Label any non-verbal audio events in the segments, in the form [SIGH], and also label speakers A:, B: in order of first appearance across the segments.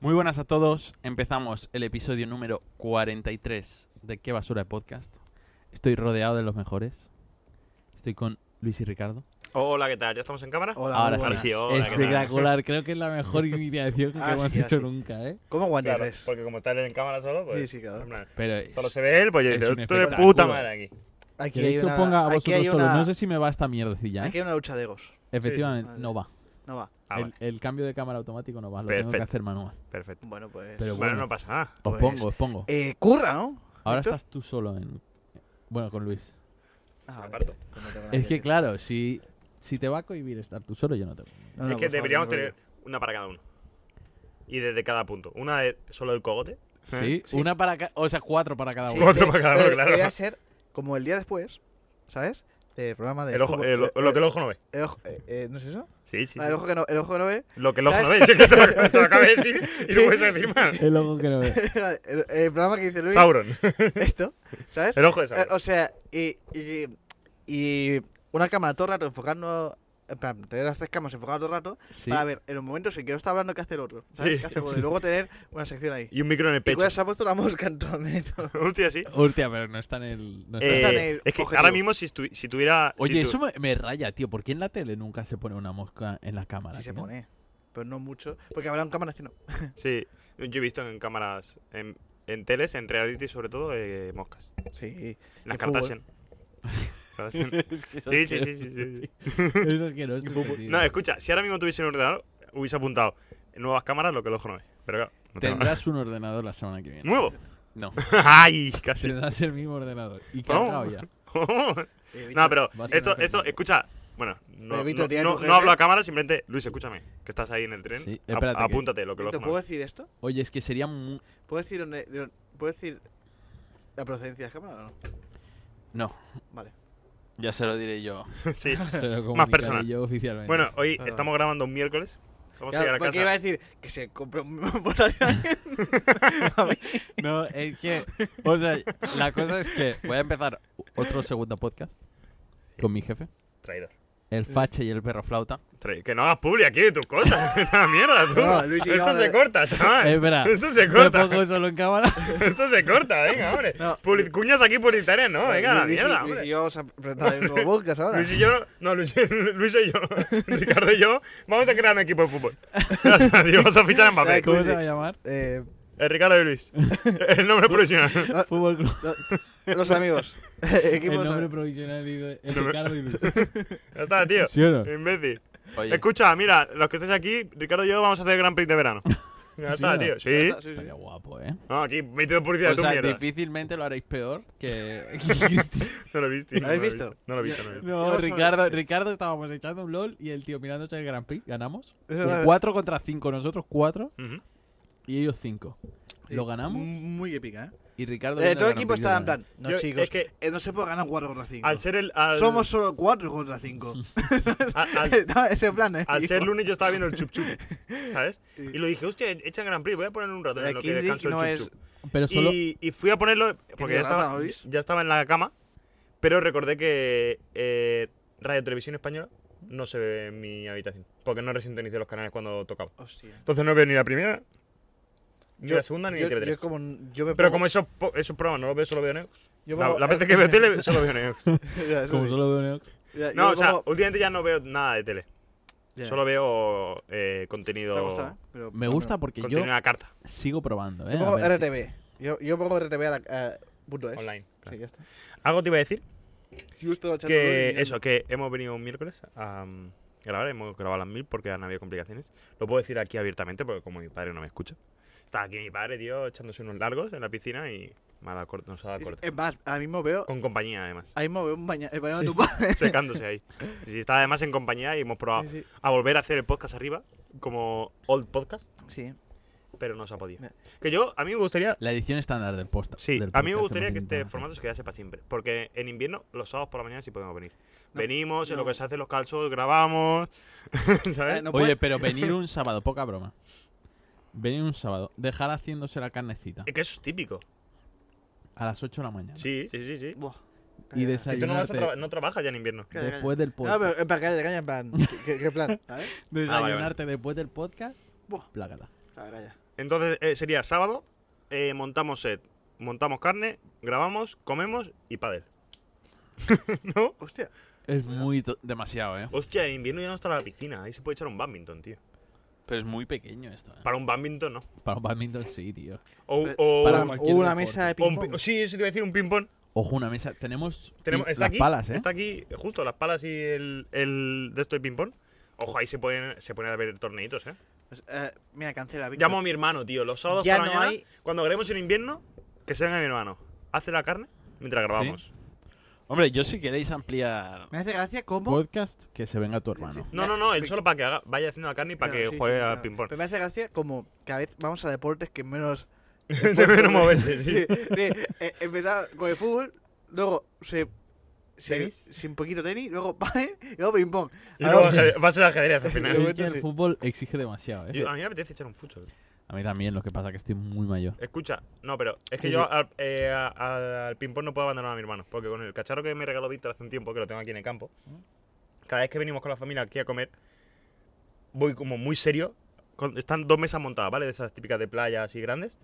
A: Muy buenas a todos. Empezamos el episodio número 43 de Qué Basura de Podcast. Estoy rodeado de los mejores. Estoy con Luis y Ricardo.
B: Hola, ¿qué tal? ¿Ya estamos en cámara?
C: Hola,
A: Ahora
C: muy
A: sí.
C: buenas.
B: Sí, hola, ¿qué tal?
C: [LAUGHS]
A: Espectacular. Creo que es la mejor iniciación que
C: Ah,
A: hemos
C: sí, ah,
A: hecho
C: sí.
A: nunca, ¿eh?
C: ¿Cómo
B: Claro,
C: aguantas?
B: porque como está él en cámara solo, pues.
C: sí, sí, claro.
B: en plan,
A: Pero es-
B: Solo se ve él, pues yo
A: Es
B: digo,
A: un
B: estoy de
A: espectáculo.
B: puta madre aquí.
C: Aquí
A: ¿Queréis
C: hay
A: que
C: una,
A: os ponga a
C: aquí
A: vosotros
C: hay
A: solos?
C: una,
A: No sé si me va esta mierdecilla, ¿eh?
C: aquí hay una lucha de egos.
A: Efectivamente,
C: Vale.
A: no va.
C: No va.
B: Ah,
A: el,
B: vale,
A: el cambio de cámara automático no va. Lo tengo que
B: Perfecto.
A: hacer manual.
B: perfecto.
C: Bueno, pues.
A: Pero
B: Bueno,
A: bueno.
B: no pasa nada.
A: Os
C: Pues-
A: pongo, os pongo.
C: Eh, curra, ¿no?
A: Ahora
C: Víctor.
A: estás tú solo en... Bueno, con Luis.
C: Ah,
B: me
C: vale,
B: parto.
C: pues no tengo nada
A: Es que
C: decir.
A: claro, si, si te va a cohibir estar tú solo, yo no te
C: No, no,
B: es que
C: por favor,
B: deberíamos
C: no
B: tener
C: rollo.
B: una para cada uno. Y desde cada punto. Una de solo el cogote.
A: Sí, una para cada... O sea, cuatro para cada
C: Sí,
A: uno.
B: [LAUGHS] Cuatro
C: de-
B: Ah, para cada uno,
C: de-
B: claro.
C: Debería ser como el día después, ¿sabes? El programa de.
B: El ojo,
C: fútbol-
B: el- lo,
C: eh,
B: lo que el ojo no ve.
C: el ojo- eh, eh, ¿No es eso?
B: Sí, sí.
C: Ah,
B: sí.
C: el, ojo que no, el ojo que no ve. [LAUGHS]
B: Lo que el ojo no ve. Sí, que te lo, te lo acabo de decir y
C: Sí.
B: no puedes decir más.
A: El ojo que no ve.
C: el, el programa que dice [LAUGHS] Luis.
B: Sauron.
C: [LAUGHS] Esto, ¿sabes?
B: El ojo de
C: Eh,
B: Sauron.
C: o sea, y, y, y una cámara todo el rato enfocarnos. En plan, tener las tres cámaras enfocadas todo el rato.
A: [LAUGHS] Sí.
C: Para ver en los momentos en que no está hablando, qué hace el otro. ¿Sabes?
B: Sí.
C: ¿Qué hace el otro? Y luego tener una sección ahí.
B: [LAUGHS] Y un micro en el
C: Y
B: pecho.
C: cuidado, se ha puesto la mosca en todo
B: [LAUGHS]
C: el medio.
B: Hostia, sí.
A: Hostia, pero no está en el... no está-
C: está en
B: Eh,
C: el
B: es que
C: objetivo.
B: ahora mismo, si, estu- si tuviera. si
A: Oye,
B: tu-
A: eso me, me raya, tío. ¿Por qué en la tele nunca se pone una mosca en la cámara?
C: Sí se
A: tío?
C: pone. Pero no mucho. Porque habrá un cámara haciendo.
B: Sí, yo he visto en cámaras, en, en teles, en reality sobre todo, eh, moscas.
C: Sí.
B: En las
C: Y fútbol.
B: Kardashian. Kardashian.
C: [LAUGHS]
B: Sí, sí, sí, sí, sí, sí.
A: [LAUGHS] Eso es
B: [LAUGHS]
A: que no es divertido.
B: No, escucha, si ahora mismo tuviese un ordenador, hubiese apuntado nuevas cámaras, lo que el ojo no ve. Pero claro, no tengo nada.
A: Tendrás un ordenador la semana que viene.
B: ¿Nuevo? [LAUGHS]
A: No,
B: ¡Ay! Casi.
A: tendrás el mismo ordenador. Y
B: No.
A: cargado ya.
C: Eh,
B: [LAUGHS] no, pero
A: Vas a
B: esto,
A: hacer
B: esto,
A: cosas.
B: escucha. Bueno, no,
C: Eh, Víctor,
B: no-
C: ¿tienes
B: no-
C: tu
B: no
C: jefe?
B: hablo a cámara, simplemente, Luis, escúchame, que estás ahí en el tren.
A: Sí,
B: ap-
A: espérate que-
B: apúntate lo que el
C: Víctor,
B: ojo no
C: ¿Puedo
B: ve.
C: decir esto?
A: Oye, es que sería muy...
C: ¿Puedo decir, dónde- de dónde- ¿Puedo decir la procedencia de la cámara o no?
A: No,
C: Vale.
A: ya se lo diré yo.
C: [LAUGHS]
A: Se
B: Sí.
A: lo
B: [LAUGHS] Más
A: comunicaré
B: personal.
A: yo oficialmente.
B: Bueno, hoy
C: Ah.
B: estamos grabando un miércoles. Vamos a
C: Claro,
B: ir a
C: porque iba a
B: casa.
C: decir que se compre un [LAUGHS] portátil.
A: No, es que. O sea, la cosa es que voy a empezar otro segundo podcast con mi jefe,
B: Traidor.
A: el Fache y el perro flauta.
B: Tra- Que no hagas publi aquí de tus cosas. [LAUGHS] Esta mierda, tú.
C: No, Luis y yo
B: Esto
C: ahora-
B: se corta, chaval.
A: Eh, espera,
C: [LAUGHS]
B: Esto se
A: ¿Me
B: corta.
A: pongo solo en cámara?
B: [LAUGHS] Esto se corta, venga, hombre.
C: No.
B: Public- Cuñas aquí publicitarias, [LAUGHS] no, venga, la
C: Luis, y-
B: mierda.
C: Luis
B: hombre.
C: y yo vamos a presentar
B: [LAUGHS]
C: un nuevo podcast ahora.
B: Luis y yo, no, Luis, [LAUGHS] Luis y yo, Ricardo y yo, vamos a crear un equipo de fútbol. Gracias a Dios, vamos a fichar a
C: [LAUGHS]
B: Mbappé.
A: ¿Cómo se va a llamar?
C: Eh,
B: Eh, Ricardo y
C: [LAUGHS]
B: Luis. El nombre provisional.
C: no,
A: Fútbol Club.
C: no, los amigos.
B: [LAUGHS]
C: [LAUGHS]
A: El
C: Equipos
A: nombre
C: amigos.
A: provisional de el
B: nombre-
A: Ricardo y Luis.
B: Ya está, tío.
A: ¿Sí o
C: Eh,
A: no?
B: Imbécil.
A: [LAUGHS] Oye,
B: Escucha, mira, los que estáis aquí, Ricardo y yo vamos a hacer el Grand Prix de
C: [LAUGHS]
B: verano. Ya
A: ¿Sí o
B: está,
A: no?
B: tío. Sí.
C: Sí, sí.
A: estaría guapo, ¿eh?
B: No, aquí metido publicidad
A: O
B: de tu
A: sea,
B: mierda.
A: difícilmente lo haréis peor que. [LAUGHS] que Cristi-
B: No lo viste.
C: ¿Lo
B: no
C: habéis
B: lo he
C: visto?
B: No lo he visto, no lo he
C: [LAUGHS]
B: visto.
A: no,
C: Vamos a ver.
A: Ricardo, Ricardo estábamos echando un LOL y el tío mirándose el Grand Prix. Ganamos.
C: Eso era-
A: 4 contra 5, nosotros 4
B: Ujú.
A: y ellos 5. Lo ganamos.
C: Muy épica, ¿eh?
A: Y Ricardo.
C: Eh,
A: viendo
C: todo
A: la
C: el equipo
A: Gran
C: estaba en
A: Prix de
C: plan, no
B: Yo-
C: chicos,
B: Es que
C: eh, no se puede ganar 4 contra 5.
B: al ser el. al-
C: Somos solo 4 contra [LAUGHS] 5.
B: al-
C: [LAUGHS]
B: al-
C: Ese plan, eh.
B: Al
C: tío.
B: ser lunes yo estaba viendo el chup
C: [LAUGHS]
B: chup, ¿sabes?
C: Sí.
B: Y lo dije, hostia, echan Grand Prix, voy a poner un rato en
C: El
B: lo que
C: Kiddick
B: descanso el
C: no
B: chup
C: es-
B: chup.
A: Verano. Pero solo.
B: Y, y fui a ponerlo porque ya
C: tiene rata, ¿no
B: estaba,
C: veis?
B: ya estaba en la cama, pero recordé que eh, Radio Televisión Española no se ve en mi habitación porque no resintonicé los canales cuando tocaba.
C: Hostia.
B: Entonces no veo ni la primera, ni
C: Yo-
B: la segunda, ni
C: yo,
B: la tercera.
C: yo como n- yo me
B: Pero
C: pongo-
B: como esos, po- esos programas no los veo, solo veo Neox.
C: yo
B: La,
C: pongo- [LAUGHS]
B: las veces que veo tele, solo veo Neox.
C: Ya, eso
A: como
C: sí.
A: solo veo Neox.
C: Ya, yo
B: No,
C: me
B: o sea,
C: pongo-
B: últimamente ya no veo nada de tele.
C: ya.
B: Solo veo eh,
C: Te
B: contenido,
C: ha costado, ¿eh? Pero-
A: Me
C: pero
A: gusta
C: bueno.
A: porque yo
B: contenido en la carta,
A: sigo probando, ¿eh?
C: Yo
A: A
C: pongo
A: ver si-
C: RTV. Yo, yo pongo RTV a la. a punto es.
B: online.
C: Sí, ya está.
B: Algo te iba a decir
C: Yo estaba echando
B: que
C: luz y
B: eso, que hemos venido un miércoles a um, grabar, hemos grabado a las mil porque han habido complicaciones. Lo puedo decir aquí abiertamente porque como mi padre no me escucha. Está aquí mi padre, tío, echándose unos largos en la piscina y me ha dado cor- nos ha dado
C: mirando.
B: corte.
C: Es más, ahora mismo veo.
B: Con compañía, además. [LAUGHS]
C: Ahí mismo veo un baña, el baño de tu padre.
B: Secándose ahí. Sí, sí, está además en compañía y hemos probado
C: Sí, sí.
B: a volver a hacer el podcast arriba, como old podcast,
C: Sí.
B: pero no se ha podido.
C: Ya.
B: Que yo, a mí me gustaría...
A: La edición estándar del posta.
B: Sí,
A: del
B: a mí me
A: podcast
B: gustaría
A: hemos
B: que este
A: intentado
B: formato se quedase para siempre. Porque en invierno, los sábados por la mañana sí podemos venir.
C: No,
B: Venimos, en lo
C: no.
B: que se hacen los calzos, grabamos. [LAUGHS] ¿Sabes?
C: Eh,
A: hacer. Oye,
C: no puedes-
B: [LAUGHS]
A: pero venir un sábado, poca broma. Venir un sábado, dejar haciéndose la carnecita
B: Es que eso es típico.
A: a las 8 de la mañana.
B: Eh, Sí, sí, sí, sí.
C: Buah.
A: Y
C: Calla,
B: Y tú no, vas a
A: desayunarte
B: traba- no trabajas ya en invierno.
C: calla, calla.
A: después del
C: No,
A: podcast.
C: Ah, pero en plan, calla,
B: [LAUGHS]
C: calla,
B: ¿Eh?
C: en plan. ¿Qué, qué plan? ¿Sabes?
B: vale, vale.
A: Desayunarte después del podcast.
C: Buah.
A: Plácata.
C: Calla, calla.
B: Entonces eh, sería sábado, eh, montamos set, montamos carne, grabamos, comemos y pádel. ¿No?
C: Hostia.
A: Es muy to- demasiado, ¿eh?
B: Hostia, en invierno ya no está la piscina. Ahí se puede echar un badminton, tío.
A: Pero es muy pequeño esto, ¿eh?
B: Para un badminton, no.
A: Para un badminton sí, tío.
B: O,
C: Pe-
B: o
A: para
B: un,
A: cualquier
D: O una
A: deporte.
D: mesa de
B: o un
D: ping-pong.
B: pi- sí, eso te iba a decir, un ping-pong.
A: Ojo, una mesa. Tenemos,
B: Tenemos,
A: y-
B: está
A: las
B: aquí,
A: palas, ¿eh?
B: Está aquí, justo, las palas y el, el de esto de ping-pong. Ojo, ahí se pueden, se pueden haber torneitos, ¿eh?
C: Pues, eh, mira, cancela, Víctor.
B: Llamo a mi hermano, tío. Los sábados
C: Ya
B: por la
C: no
B: mañana,
C: hay-
B: cuando grabemos en invierno, que se venga mi hermano. Hace la carne mientras grabamos.
A: Hombre, yo si queréis ampliar
C: Me hace gracia cómo.
A: podcast, que se venga tu hermano.
B: No, no, no, él solo para que haga- vaya haciendo la carne y para
C: Claro,
B: que
C: sí,
B: juegue
C: sí,
B: al
C: claro.
B: ping-pong. [LAUGHS]
C: [LAUGHS] Pero me hace gracia como cada vez vamos a deportes que menos.
B: De menos moverse, sí.
C: [LAUGHS] eh, empezaba con el fútbol, luego se. se-
B: Tenis.
C: sin poquito tenis, luego [LAUGHS] pádel y luego ping-pong.
B: Y
C: Ahora,
B: luego ajedrez- va a ser ajedrez al
A: Pero es
B: final.
A: que el fútbol exige demasiado, ¿eh?
B: Yo- a mí me apetece echar un fútbol.
A: A mí también, lo que pasa es que estoy muy mayor.
B: Escucha, no, pero es que yo al, eh, a- al, ping-pong no puedo abandonar a mi hermano. Porque con el cacharro que me regaló Víctor hace un tiempo, que lo tengo aquí en el campo, cada vez que venimos con la familia aquí a comer, voy como muy serio. con- están dos mesas montadas, ¿vale? De esas típicas de playa así grandes.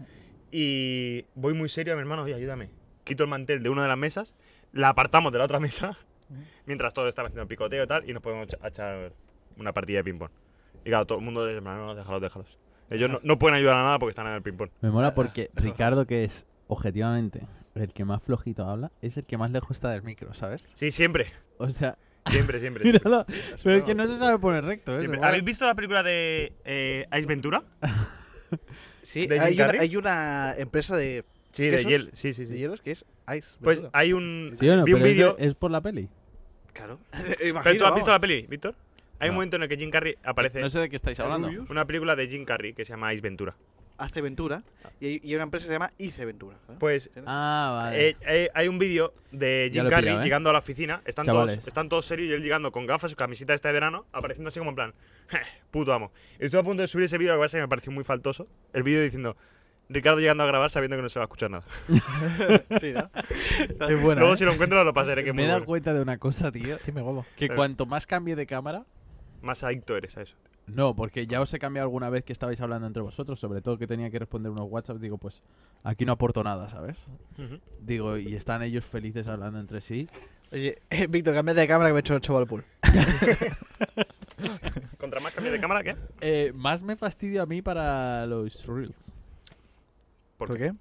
B: Y voy muy serio a mi hermano, oye, ayúdame. Quito el mantel de una de las mesas, la apartamos de la otra [LAUGHS] mesa, mientras todos están haciendo picoteo y tal, y nos podemos echa- echar una partida de ping-pong. Y claro, todo el mundo dice, hermano, déjalos, déjalos. Ellos no, no pueden ayudar a nada porque están en el ping-pong.
A: Me mola
B: [LAUGHS]
A: porque Ricardo, que es objetivamente el que más flojito habla, es el que más lejos está del micro, ¿sabes?
B: Sí, siempre.
A: O
B: [LAUGHS]
A: sea,
B: Siempre, siempre. siempre.
A: míralo. Pero es que no se sabe poner recto, ¿eh? Se
B: Siempre.
A: mola.
B: ¿Habéis visto la película de eh, Ace Ventura?
C: sí,
B: ¿De Jim
C: hay, una,
B: Carrey?
C: hay una empresa de,
B: Sí, de
C: ¿Quesos?
B: Yel. Sí, sí,
C: de
B: sí.
C: hielos que es Ice.
B: Pues
C: Ventura.
B: hay un.
A: ¿Sí o no?
B: vi un
A: Pero es de-
B: vídeo.
A: es, por la peli.
C: claro. [LAUGHS]
B: Pero tú
C: Imagino,
B: has visto
C: vamos.
B: la peli, Víctor. Hay
A: No. Eh,
B: un momento en el que Jim Carrey aparece.
A: No sé de qué estáis hablando.
C: Rubius.
B: Una película de Jim Carrey que se llama Ace Ventura.
C: Hace Ventura y hay, y hay una empresa que se llama IC Ventura. ¿sabes?
B: Pues
A: Ah, vale.
B: eh, eh, hay un vídeo de
A: Ya
B: Jim
A: lo he
B: Carrey
A: pillado, ¿eh?
B: llegando a la oficina. Están
A: Chavales.
B: todos, están todos serios y él llegando con gafas, su camisita esta de verano, apareciendo así como en plan, puto amo. Estuve a punto de subir ese vídeo, lo que pasa es que me pareció muy faltoso. El vídeo diciendo, Ricardo llegando a grabar sabiendo que no se va a escuchar nada.
C: sí, ¿no?
A: [LAUGHS] es buena.
B: Luego
A: ¿eh?
B: si lo encuentro lo pasaré, que es
A: Me
B: muy
A: he dado
B: bueno.
A: cuenta de una cosa,
B: [LAUGHS]
A: tío.
D: Sí, me guapo.
A: Que
B: Pero-
A: cuanto más cambie de cámara,
B: Más adicto eres a eso.
A: No, porque ya os he cambiado alguna vez que estabais hablando entre vosotros, sobre todo que tenía que responder unos WhatsApp, digo, pues aquí no aporto nada, ¿sabes? Digo, y están ellos felices hablando entre sí.
C: Oye, Víctor, cámbiate de cámara que me he hecho el chaval pool.
B: Contra más cambio de cámara, ¿qué?
A: Eh, más me fastidio a mí para los Reels.
B: ¿Por
C: ¿Por qué?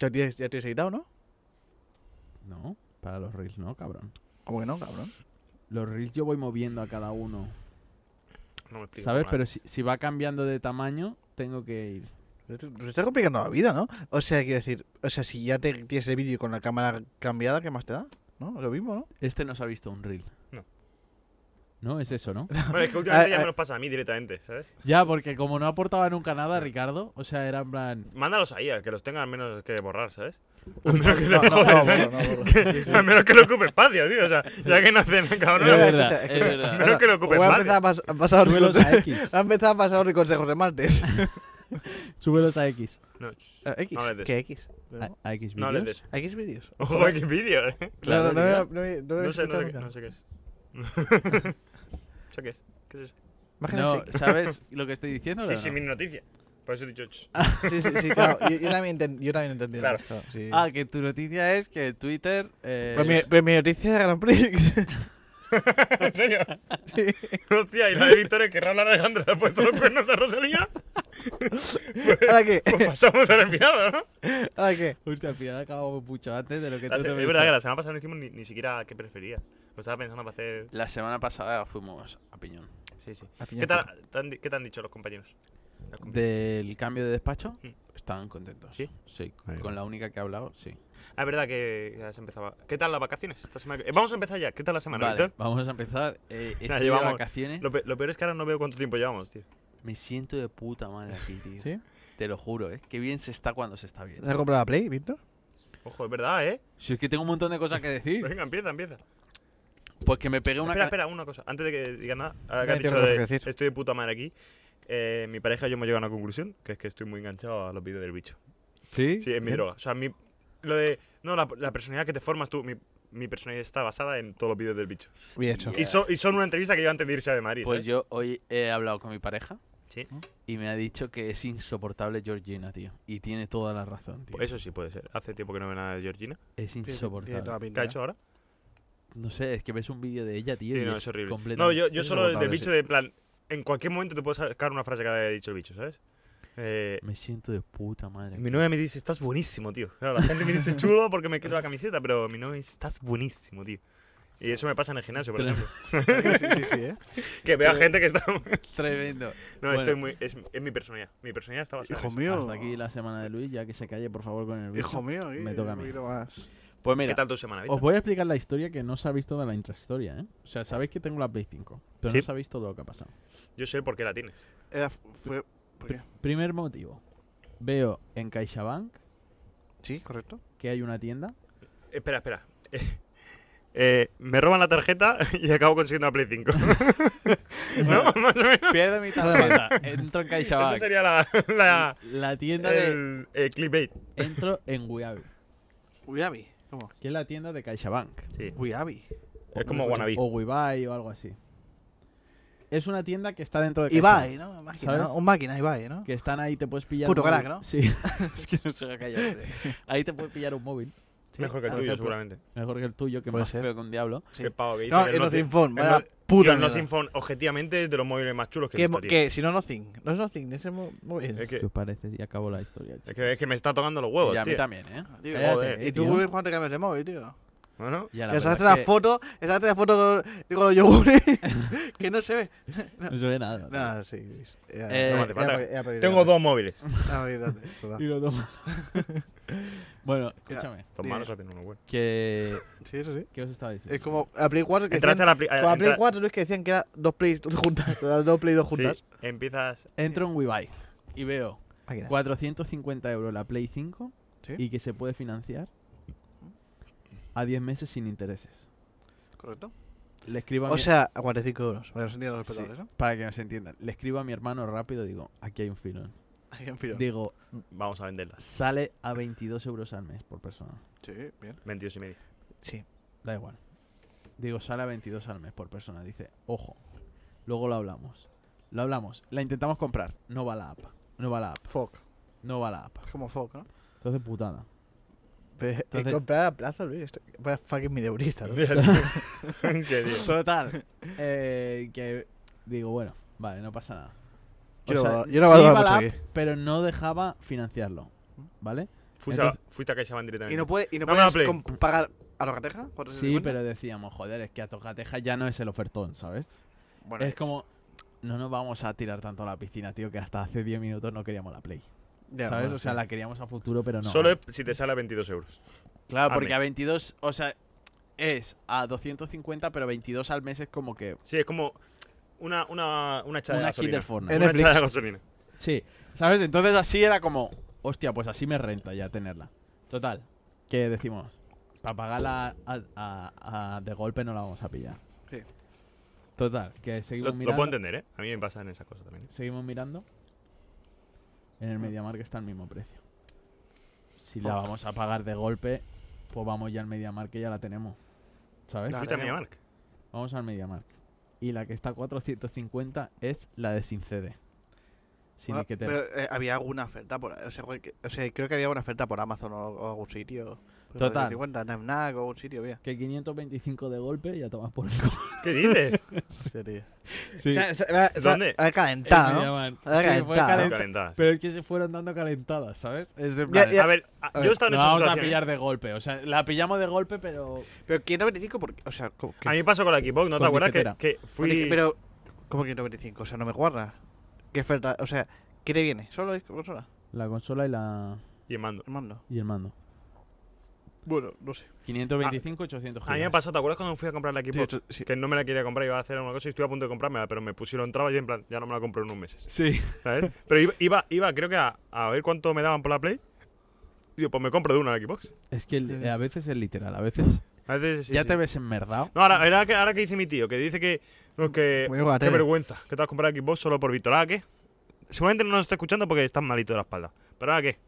C: Ya tienes, ya tienes editado, ¿no?
A: No, para los Reels no, cabrón.
C: ¿Cómo que no, cabrón?
A: Los Reels yo voy moviendo a cada uno,
B: No me explico.
A: ¿sabes?
B: nada.
A: Pero si, si va cambiando de tamaño, tengo que ir.
C: Te te está complicando la vida, ¿no? O sea, quiero decir, o sea, si ya te, tienes el vídeo con la cámara cambiada, ¿qué más te da? ¿No? Lo mismo, ¿no?
A: Este no se ha visto un Reel.
B: No.
A: No, es eso, ¿no? [LAUGHS]
B: Bueno, es que últimamente
C: Ay,
B: ya
C: ay.
B: me los pasa a mí directamente, ¿sabes?
A: ya, porque como no aportaba nunca nada, Ricardo, o sea, era en plan...
B: Mándalos ahí, a que los tengan al menos que borrar,
C: [LAUGHS]
B: ¿sabes?
C: No,
B: menos que te jodas, ¿eh?
C: borro, no, borro. Sí,
B: [LAUGHS]
C: sí.
B: Al menos que lo ocupe espacio, tío. O sea, ya que no hacen, cabrón.
A: Es
C: Mira,
A: verdad,
C: escucha,
A: es
C: escucha,
B: [LAUGHS]
A: verdad.
B: [LAUGHS] Creo que lo ¿eh? ocupa
C: Voy a
B: espacio.
C: empezar a, pas- a pasar los
A: Súbelos a
C: consejos.
A: X.
C: [LAUGHS] Ha empezado a pasar los consejos de
D: [LAUGHS]
C: martes.
A: Súbelos a X.
B: No, shh.
C: Eh, ¿X?
B: No hables de
C: ¿Qué X?
D: Ah.
A: A, a X
B: no hables de eso.
C: ¿X vídeos?
B: Ojo, qué vídeo, ¿eh?
D: Claro, no,
C: tío.
D: había- no, había- no había
B: No sé, no
D: escuchado
B: sé, qué-
D: nunca.
B: no sé qué
C: [LAUGHS]
B: es. ¿Eso qué es? ¿Qué es eso?
C: Imágenes
A: No,
C: X. [LAUGHS]
A: ¿sabes lo que estoy diciendo?
B: Sí,
A: o
B: sí,
A: no?
B: mi noticia. Por eso he dicho, shh. [LAUGHS]
C: Sí, sí, sí,
D: [LAUGHS]
C: claro. Yo, yo también entendí. Yo también entendí
B: Claro.
C: sí.
A: Ah, que tu noticia es que Twitter. eh,
C: Pues mi, pues mi noticia de Grand Prix. [LAUGHS]
B: ¿En serio? [LAUGHS] Hostia, y la de Victoria que Raúl Alejandro le ha puesto los cuernos a Rosalía.
C: ¿Ahora qué?
B: Pues pasamos al enviado, ¿no?
C: ¿Ahora qué?
A: Hostia, al final acabamos mucho antes de lo que
B: La
A: tú
B: se-
A: te
B: Ah, es verdad que
A: pensabas.
B: la semana pasada no hicimos ni, ni siquiera qué prefería. Lo estaba pensando para hacer.
A: La semana pasada fuimos a Piñón.
B: Sí, sí.
C: La piña
B: ¿Qué, tal, te han, di- qué te han dicho los compañeros? Los compis.
A: Del cambio de despacho,
B: Mm.
A: estaban contentos.
B: ¿Sí?
A: con,
B: Ahí va.
A: con la única que he hablado, sí.
B: Ah, es verdad que ya se empezaba. ¿Qué tal las vacaciones? Esta semana... eh, vamos a empezar ya. ¿Qué tal la semana,
A: vale,
B: Víctor?
A: vamos a empezar.
B: [LAUGHS]
A: Eh, estoy de
B: llevamos-
A: vacaciones.
B: Lo, pe- lo peor es que ahora no veo cuánto tiempo llevamos, tío.
A: Me siento de puta madre
C: [LAUGHS]
A: aquí, tío.
D: ¿Sí?
A: Te lo juro, ¿eh? Qué bien se está cuando se está bien.
C: ¿Te has comprado la Play, Víctor?
B: Ojo, es verdad, ¿eh?
A: Si es que tengo un montón de cosas que
B: [LAUGHS]
A: decir.
B: Venga, empieza, empieza.
A: Pues que me pegué una.
B: espera,
A: ca-
B: espera, una cosa. Antes de que digas nada, ahora que
C: Ya
B: has
C: tengo
B: dicho
C: cosas
B: de-
C: que decir.
B: estoy de puta madre aquí. eh, mi pareja y yo hemos llegado a una conclusión, que es que estoy muy enganchado a los vídeos del bicho.
A: ¿Sí?
B: Sí, es mi droga. O sea, mi, lo de. No, la, la personalidad que te formas tú. Mi, mi personalidad está basada en todos los vídeos del bicho.
C: Bien hecho.
A: Hostia.
B: Y, so- y son una entrevista que yo antes de irse a de Madrid.
A: Pues
B: ¿sabes?
A: yo hoy he hablado con mi pareja
B: Sí.
A: Y me ha dicho que es insoportable Georgina, tío. Y tiene toda la razón, tío.
B: Pues eso sí puede ser. Hace tiempo que no veo nada de Georgina.
A: es
C: Sí, sí, tiene toda
A: insoportable.
C: la pinta,
B: ¿Qué ha
C: ¿eh?
B: hecho ahora?
A: No sé, es que ves un vídeo de ella, tío.
B: Sí,
A: y
B: no,
A: es
B: es horrible.
A: completamente-
B: No, yo, yo
A: es
B: solo del
A: insoportable,
B: bicho de en plan. En cualquier momento te puedo sacar una frase que haya dicho el bicho, ¿sabes? Eh,
A: sí. Me siento de puta madre.
B: mi novia me dice, estás buenísimo, tío. Claro, la gente me dice chulo porque me quito la camiseta, pero mi novia me dice, estás buenísimo, tío. Y eso me pasa en el gimnasio, por
A: Tre-
B: ejemplo.
C: Sí, sí, sí, ¿eh?
B: Que veo a gente que está. No,
A: [LAUGHS] Tremendo.
B: estoy
A: Bueno.
B: muy. Es, es mi personalidad. Mi personalidad está basada. en
C: Hijo
B: eso.
C: mío.
A: Hasta aquí la semana de Luis, ya que se calle, por favor, con el bicho.
C: Hijo mío.
A: Me toca a mí.
C: un poquito más.
A: Pues
B: ¿Qué
A: mira,
B: tal tu semana,
A: os
B: Víctor?
A: voy a explicar la historia que no sabéis toda la intrahistoria, ¿eh? O sea, sabéis que tengo la Play 5, pero no
B: Sí.
A: sabéis todo lo que ha pasado.
B: Yo sé por qué la tienes.
C: Era, fue, ¿por qué?
A: Primer motivo. Veo en CaixaBank
C: Sí, correcto.
A: que hay una tienda.
B: Espera, espera. Eh, me roban la tarjeta y acabo consiguiendo la Play 5. ¿No? Más o menos.
A: [LAUGHS] Pierde mi tarjeta. Entro en
B: Esa
A: CaixaBank.
B: sería la, la-
A: La tienda de...
B: el, eh, clickbait.
A: Entro en Weavi,
C: Uyabi. ¿Cómo?
A: que es la tienda de CaixaBank.
B: Sí.
C: Uyabi.
B: Es como Wannabe.
A: O Webuy o algo así. Es una tienda que está dentro de CaixaBank.
C: Ibai, ¿no? Máquina,
A: ¿Sabes?
C: ¿no? Un máquina, Ibai, ¿no?
A: Que están ahí, te puedes pillar...
C: Puto
A: un móvil.
C: crack, ¿no? [LAUGHS]
A: Sí.
C: es que no se va a callar.
A: Ahí te puedes pillar un móvil.
B: Mejor que el
A: por
B: tuyo,
A: ejemplo.
B: seguramente.
A: Mejor que el tuyo, que es
C: Puede
A: más
C: ser.
A: feo que un diablo.
C: Sí.
B: Qué pavo que dice
C: No,
B: que
C: el Nothing
B: Nothing-
C: Phone.
B: el
C: Vaya
B: Nothing-
C: puta
B: Yo el Nothing
C: mierda.
B: Phone, objetivamente, es de los móviles más chulos que he
C: Que,
B: visto, tío.
C: que si no, nothing. No es nothing, ese mo- móvil.
B: Es que,
A: ¿Qué parece? Y acabo la historia.
B: es
A: chico.
B: que, es que me está tocando los huevos,
A: y a mí
B: tío.
A: también, ¿eh?
C: Tío,
A: Cállate,
B: joder.
A: eh,
C: Y tú,
A: tío.
C: Juan, te cambias de móvil, tío.
B: Bueno,
A: Ya, la
C: Que se
A: verdad
C: hace
A: es
C: la
A: que
C: foto, se hace la foto con, con los yogures, que no se ve.
A: No se ve nada. tío.
C: Nada, sí. Luis. Ya,
A: Eh,
C: ya
A: no
B: hace falta.
C: ya perdí
B: tengo
C: data.
B: dos móviles.
C: Ya perdí data, perdón.
A: Y lo toma. [LAUGHS] bueno, escúchame.
B: Dos
C: Dime.
B: manos la tiene uno, bueno.
A: Que...
C: Sí, eso sí.
A: ¿Qué os estaba diciendo?
C: Es como la Play 4 que
B: Entraste a
C: decían,
B: la... apli- a-
C: con la Play
B: entra-
C: 4 Luis que decían que era dos Play [LAUGHS] juntas, las dos Play 2
B: Sí,
C: juntas.
B: empiezas...
A: Entro en WeBuy y veo
C: Máquina.
A: 450 euros la Play 5
C: Sí.
A: y que se puede financiar a 10 meses sin intereses.
C: Correcto.
A: Le escribo a
C: O
A: mi-
C: sea, a 45 euros. Para que nos entiendan los
A: Sí,
C: espectadores, ¿no?
A: para que nos entiendan, le escribo a mi hermano rápido digo, aquí hay un filón.
C: Ahí en filo.
A: Digo,
B: Vamos a venderlas.
A: sale a 22 euros al mes por persona.
C: Sí, bien.
B: 22 y medio.
C: Sí.
A: Da igual. Digo, sale a 22 al mes por persona. Dice, ojo, luego lo hablamos. Lo hablamos, la intentamos comprar. No va la app. No va la app.
C: Fuck.
A: No va la app.
C: Es como fuck, ¿no?
A: Entonces, putada.
C: Pero
A: Entonces-
C: comprar a plazo, Luis. esto- Vaya fucking medieurista,
B: [LAUGHS]
C: ¿no?
B: Qué tío.
A: Total. eh, que digo, bueno, vale, no pasa nada. O
C: Yo no
A: sea,
C: valoro- yo no
A: sí
C: valoro
A: iba
C: mucho
A: la
C: aquí.
A: app, pero no dejaba financiarlo. ¿Vale?
B: Fuiste,
A: Entonces-
B: a, fuiste a CaixaBank directamente.
C: ¿Y no, puede, y no
B: Dame la
C: puedes
B: Play.
C: com- pagar a la cateja?
A: Sí, pero decíamos, joder, es que a Tocateja ya no es el ofertón, ¿sabes?
C: Bueno,
A: es como, no nos vamos a tirar tanto a la piscina, tío, que hasta hace 10 minutos no queríamos la Play.
C: ya,
A: ¿Sabes?
C: bueno,
A: o sea,
C: sí.
A: la queríamos a futuro, pero no.
B: Solo es si te sale a 22 euros.
A: Claro,
B: Al
A: porque
B: mes.
A: a 22, o sea, es a 250, pero 22 al mes es como que
B: Sí, es como una, una, una chada de
A: una kit
B: gasolina.
A: del Fortnite.
C: En
B: Una
C: Netflix.
B: chada de gasolina.
A: Sí, ¿sabes? Entonces así era como, hostia, pues así me renta ya tenerla. Total, que decimos, para pagarla a- a- a- de golpe no la vamos a pillar.
C: Sí.
A: Total, que seguimos
B: Lo, lo
A: mirando.
B: puedo entender, ¿eh? A mí me pasan esas cosas también. ¿eh?
A: Seguimos mirando. En el MediaMarkt está al mismo precio. Si la vamos a pagar de golpe, pues vamos ya al MediaMarkt que ya la tenemos. ¿Sabes?
C: Claro.
B: Fuiste a
C: tenemos.
B: MediaMark.
A: Vamos al MediaMarkt. Y la que está a 450 es la de sin CD. Sin
C: Ah,
A: etiquetera.
C: Pero eh, había alguna oferta por o sea, cualquier- o sea, creo que había una oferta por Amazon o, o algún sitio. Pues, Por
A: Total.
C: 50, Fnac o algún sitio había.
A: Que 525 de golpe ya tomas por culo.
B: ¿Qué dices?
A: [LAUGHS]
C: Eh,
A: Sí.
B: ¿Dónde?
C: Había
A: Eh,
C: calentado, ¿no? Era
A: Sí, fue
C: calentada, ¿no?
A: calenta-
B: Calentadas.
A: Pero es que se fueron dando calentadas, ¿sabes? Es de
C: Ya,
A: plan,
C: ya.
B: A ver, a-
C: A ver,
B: yo he estado en
A: no
B: esa
A: vamos a
B: situación. ¿eh?
A: pillar de golpe. O sea, la pillamos de golpe, pero.
C: Pero 525, porque, o sea, co- que-
B: A mí me pasó con la Xbox, ¿no te
A: Con
B: acuerdas? Que,
A: disquetera.
B: que fui...
C: porque- pero, ¿cómo 525? O sea, no me guardas. ¿Qué oferta? O sea, ¿qué te viene? ¿Solo es consola?
A: La consola y la.
B: Y el mando.
C: El mando.
A: y el mando.
C: Bueno, no sé.
A: 525, 800
B: Ah, A mí me
A: gigas.
B: pasó, ¿te acuerdas cuando fui a comprar la
C: Sí,
B: Xbox?
C: esto- sí.
B: Que no me la quería comprar, iba a hacer una cosa y estuve a punto de comprármela, pero me pusieron trabas y en plan, ya no me la compro en unos meses.
A: Sí.
C: [LAUGHS]
B: ¿Sabes? Pero iba, iba, iba, creo que a, a ver cuánto me daban por la Play. Y digo, pues me compro de una la Xbox.
A: Es que el-
C: Sí, sí.
A: eh, a veces es literal, a veces
B: A veces sí,
A: ya
B: sí.
A: te ves enmerdado.
B: No, ahora, ahora que, ahora que dice mi tío, que dice que. no, que
C: Me digo Pues la
B: qué
C: tele.
B: vergüenza, que te has comprado Xbox solo por Víctor. ¿Ahora qué? Seguramente no nos está escuchando porque está malito de la espalda. Pero ahora qué?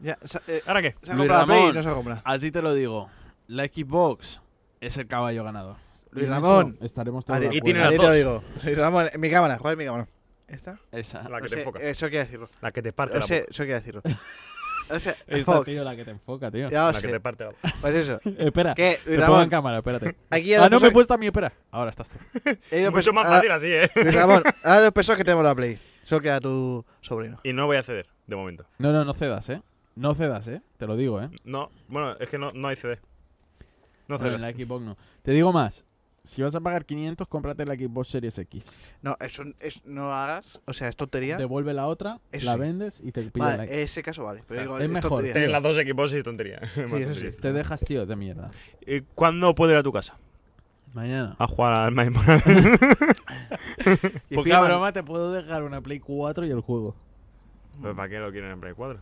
C: Ya, sa- eh,
B: ¿Ahora qué?
C: se ha
A: Luis
C: comprado la Play y
A: Ramón.
C: no se ha comprado.
A: A ti te lo digo, la Xbox es el caballo ganador.
C: Luis
A: En
C: Ramón.
A: eso Estaremos todos
C: Are-
A: de
B: Y tiene
A: acuerdo.
B: las
C: Are- lo
B: dos.
C: digo. Luis Ramón, en mi eh, cámara, ¿cuál es mi cámara? ¿Esta?
A: Esa.
B: La que
C: Ah, No
B: te
C: sé, eh,
B: enfoca.
C: Eso quiero decirlo.
B: La que te parte
C: O
B: la
C: sea,
B: boca.
C: eso quiero
B: [LAUGHS]
C: decirlo. O sea,
A: Esta,
C: fuck,
A: tío, la que te enfoca, tío.
C: ya lo
B: La que
C: sé.
B: te parte la boca. [LAUGHS]
C: Pues eso.
A: [LAUGHS] Espera,
C: Que,
A: te pongo en
C: Ramón,
A: cámara, espérate.
C: aquí hay dos
A: Ah, no me he
C: personas-
A: puesto a mí, espera. Ahora estás tú.
C: hay dos
B: Mucho
C: perso-
B: más
C: ah,
B: fácil así, ¿eh? [LAUGHS]
C: Luis Ramón, hay dos personas que tenemos la Play. Solo queda tu sobrino.
B: Y no voy a ceder, de momento.
A: No, no, no cedas, ¿eh? No cedas, ¿eh? Te lo digo, ¿eh?
B: No, bueno, es que no, no hay CD. No
A: No,
B: cedes.
A: en la Xbox no. Te digo más. Si vas a pagar 500, cómprate la Xbox Series X.
C: No, eso es, no hagas. O sea, es tontería.
A: Devuelve la otra,
C: Eso
A: la
C: sí.
A: vendes y te piden la
C: Vale, ese caso vale. Pero digo,
A: Es
C: es,
A: mejor.
B: [LAUGHS]
C: tontería.
B: Tener las dos equipos es tontería. [LAUGHS] Más
C: eso sí.
B: tontería.
A: Te dejas, tío, de mierda.
B: ¿Y ¿Cuándo puedo ir a tu casa?
A: Mañana.
B: A jugar al Miles Morales.
C: Y
A: Por
B: ah,
A: cada
C: Spiderman,
A: broma te puedo dejar una Play 4 y el juego.
B: Pero ¿Para qué lo quieren en Play 4?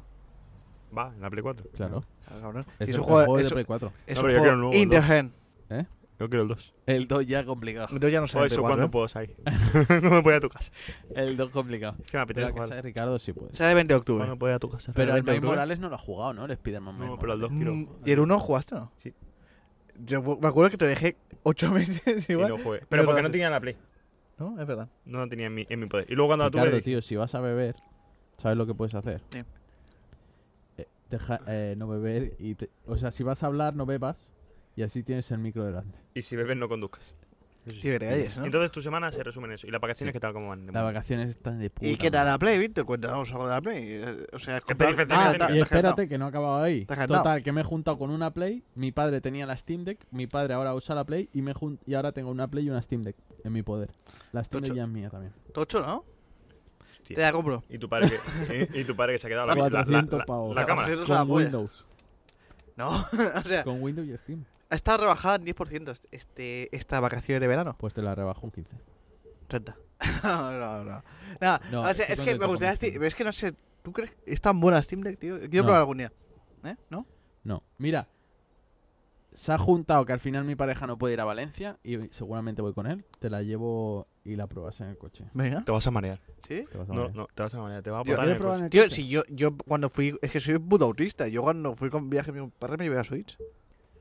B: Va, en la Play 4.
A: Claro.
C: ah, cabrón. Si
A: Es
C: es
A: el
C: un
A: juego
C: juego.
A: de
C: Es,
A: Play 4.
C: es
B: No,
C: un
B: pero yo quiero el
C: juego
B: nuevo, el
C: Intergen.
B: Yo quiero el 2.
A: El 2 ya complicado.
C: Yo ya no sé.
B: O eso,
A: ¿eh?
B: ¿cuándo puedo salir?
A: [LAUGHS]
B: [LAUGHS] no me voy a tu casa.
A: El 2 complicado.
B: Es que me
A: Pero
B: apetece
A: la casa
B: jugar.
A: de Ricardo sí puedes.
C: Sale el 20 de octubre.
B: ¿Cuándo puedo ir a tu casa?
A: Pero el
C: ¿Realmente
A: Miles
C: octubre?
A: Morales no lo ha jugado, ¿no? El Spider-Man. Miles
B: No, pero el
A: Morales.
B: 2 pues quiero.
C: Mm, ¿Y el 1 jugaste, no?
B: Sí.
C: Yo me acuerdo que te dejé 8 [LAUGHS] meses
B: Y
C: igual.
B: no jugué. Pero
C: lo
B: porque no
C: haces.
B: tenía en la Play.
C: No, es verdad.
B: No la tenía en mi, en mi poder. Y luego cuando la tuve.
A: Ricardo,
B: dije,
A: tío, si vas a beber, ¿sabes lo que puedes hacer?
C: Sí.
A: Eh, deja eh, no beber y... te- o sea, si vas a hablar, no bebas y así tienes el micro delante.
B: Y si bebes, no conduzcas.
C: Tío, que te calles, ¿no?
B: Entonces tu semana se resume en eso. ¿Y las vacaciones
A: Sí.
B: qué tal? ¿Cómo van? de
A: Las
B: momento?
A: vacaciones están de puta
C: ¿Y qué tal
A: madre.
C: la Play, Víctor? Cuéntanos algo de la Play. eh, O sea,
B: perfecta,
A: Ah,
B: Te
A: y
B: has encantado.
A: espérate que no acababa ahí.
C: Te has encantado.
A: Total, que me he juntado con una Play. Mi padre tenía la Steam Deck, mi padre ahora usa la Play y me jun- y ahora tengo una Play y una Steam Deck en mi poder. La Steam Deck
C: Tocho.
A: ya es mía también.
C: Tocho, ¿no?
B: Hostia.
C: Te la compro.
B: ¿Y tu padre que, y, y tu padre que se
A: [LAUGHS]
B: ha quedado la, la, la,
A: 400
B: la-
A: pavos.
B: la cámara?
C: Eso es la
A: Con
C: polla.
A: Windows.
C: No, [LAUGHS] o sea,
A: Con Windows y Steam.
C: ha estado rebajada en 10% este- este, esta vacación de verano.
A: Pues te la rebajo un 15.
C: 30. [LAUGHS] no, no, no. Nada,
A: No,
C: o
A: estoy
C: sea, es que
A: contento
C: me
A: con
C: gustaría.
A: mi
C: Steam-
A: Steam.
C: pero es que no sé, ¿tú crees que es tan buena Steam Deck, tío? Quiero
A: No.
C: probar algún día. ¿Eh? ¿No?
A: No, mira. Se ha juntado que al final mi pareja no puede ir a Valencia y seguramente voy con él. Te la llevo y la pruebas en el coche.
C: Venga.
B: Te vas a marear.
C: ¿Sí?
A: Te vas a
B: No,
A: marear.
B: no, te vas a marear. Te vas a
C: eh. Yo-
B: botar en
A: ¿Quieres
B: el
A: probar
B: coche.
A: en el
C: Tío,
A: coche?
C: si yo, yo cuando fui, es que soy un puto autista. Yo cuando fui con viaje mi padre me llevé a Switch.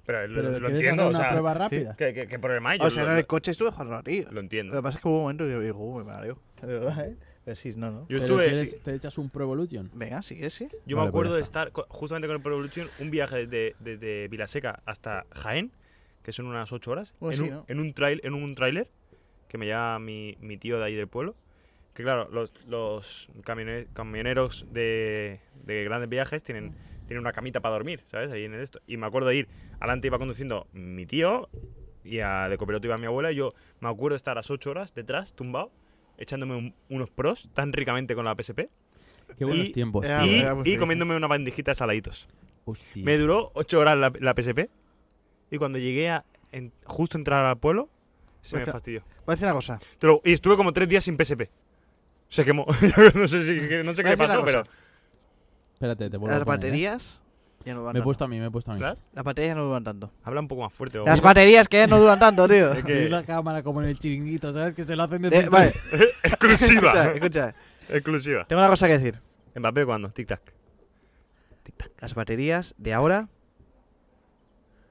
B: Pero lo,
A: Pero
B: lo
A: ¿quieres
B: entiendo,
A: hacer
B: o
A: una
B: sea.
A: prueba rápida?
B: ¿Qué, qué, qué problema hay? Yo
C: o sea,
B: lo,
C: en el
B: lo,
C: coche estuve jugando a ti.
B: lo
C: Lo que
B: entiendo.
C: pasa es que hubo un momento que yo digo, uy, me mareo. [LAUGHS] De verdad, ¿eh? Pero sí, no, no.
B: Yo
A: Pero
B: estuve.
A: ¿quieres-
B: sí.
A: ¿Te echas un Pro Evolution?
C: Venga, sí que sí.
B: yo
A: Vale,
B: me
A: pues
B: acuerdo
A: ya
B: de estar co- justamente con el Pro Evolution un viaje desde, desde Vilaseca hasta Jaén, que son unas 8 horas,
C: Pues
B: en,
C: sí,
B: un,
C: ¿no?
B: en un trail, en un tráiler que me lleva mi, mi tío de ahí del pueblo. Que claro, los, los camione- camioneros de, de grandes viajes tienen, tienen una camita para dormir, ¿sabes? Ahí en el esto. Y me acuerdo de ir, adelante iba conduciendo mi tío y a, de copiloto iba mi abuela. Y yo me acuerdo de estar las 8 horas detrás, tumbado, echándome un- unos pros tan ricamente con la PSP
A: Qué buenos
B: Y-
A: tiempos,
C: eh, Ah,
A: tío.
B: y,
C: bueno, pues
B: y
C: sí.
B: comiéndome una bandejita de saladitos.
A: Hostia.
B: Me duró 8 horas la, la PSP. Y cuando llegué a en- justo entrar al pueblo, se me
C: Hostia.
B: fastidió.
C: Voy a decir una cosa.
B: Te lo- y estuve como 3 días sin PSP. Se quemó. [LAUGHS] no sé, si- que- no sé
C: Voy a
B: qué
C: decir
B: pasó,
C: una
B: pero.
C: cosa.
A: Espérate, te vuelvo a
C: Las
A: poner, ¿eh?
C: baterías ya no duran
A: Me he
C: tanto.
A: puesto a mí, me he puesto a mí.
B: ¿Claro?
C: Las baterías ya no duran tanto.
B: Habla un poco más fuerte. o-
C: Las baterías que ya no duran tanto, [LAUGHS] tío.
B: Es
A: Abrir
B: que-
A: la cámara como en el chiringuito, ¿sabes? Que se lo hacen de
C: Eh, vale, escucha, [LAUGHS]
B: exclusiva.
C: escucha.
B: exclusiva.
C: Tengo una cosa que decir.
B: Mbappé cuando, tic tac.
C: Las baterías de ahora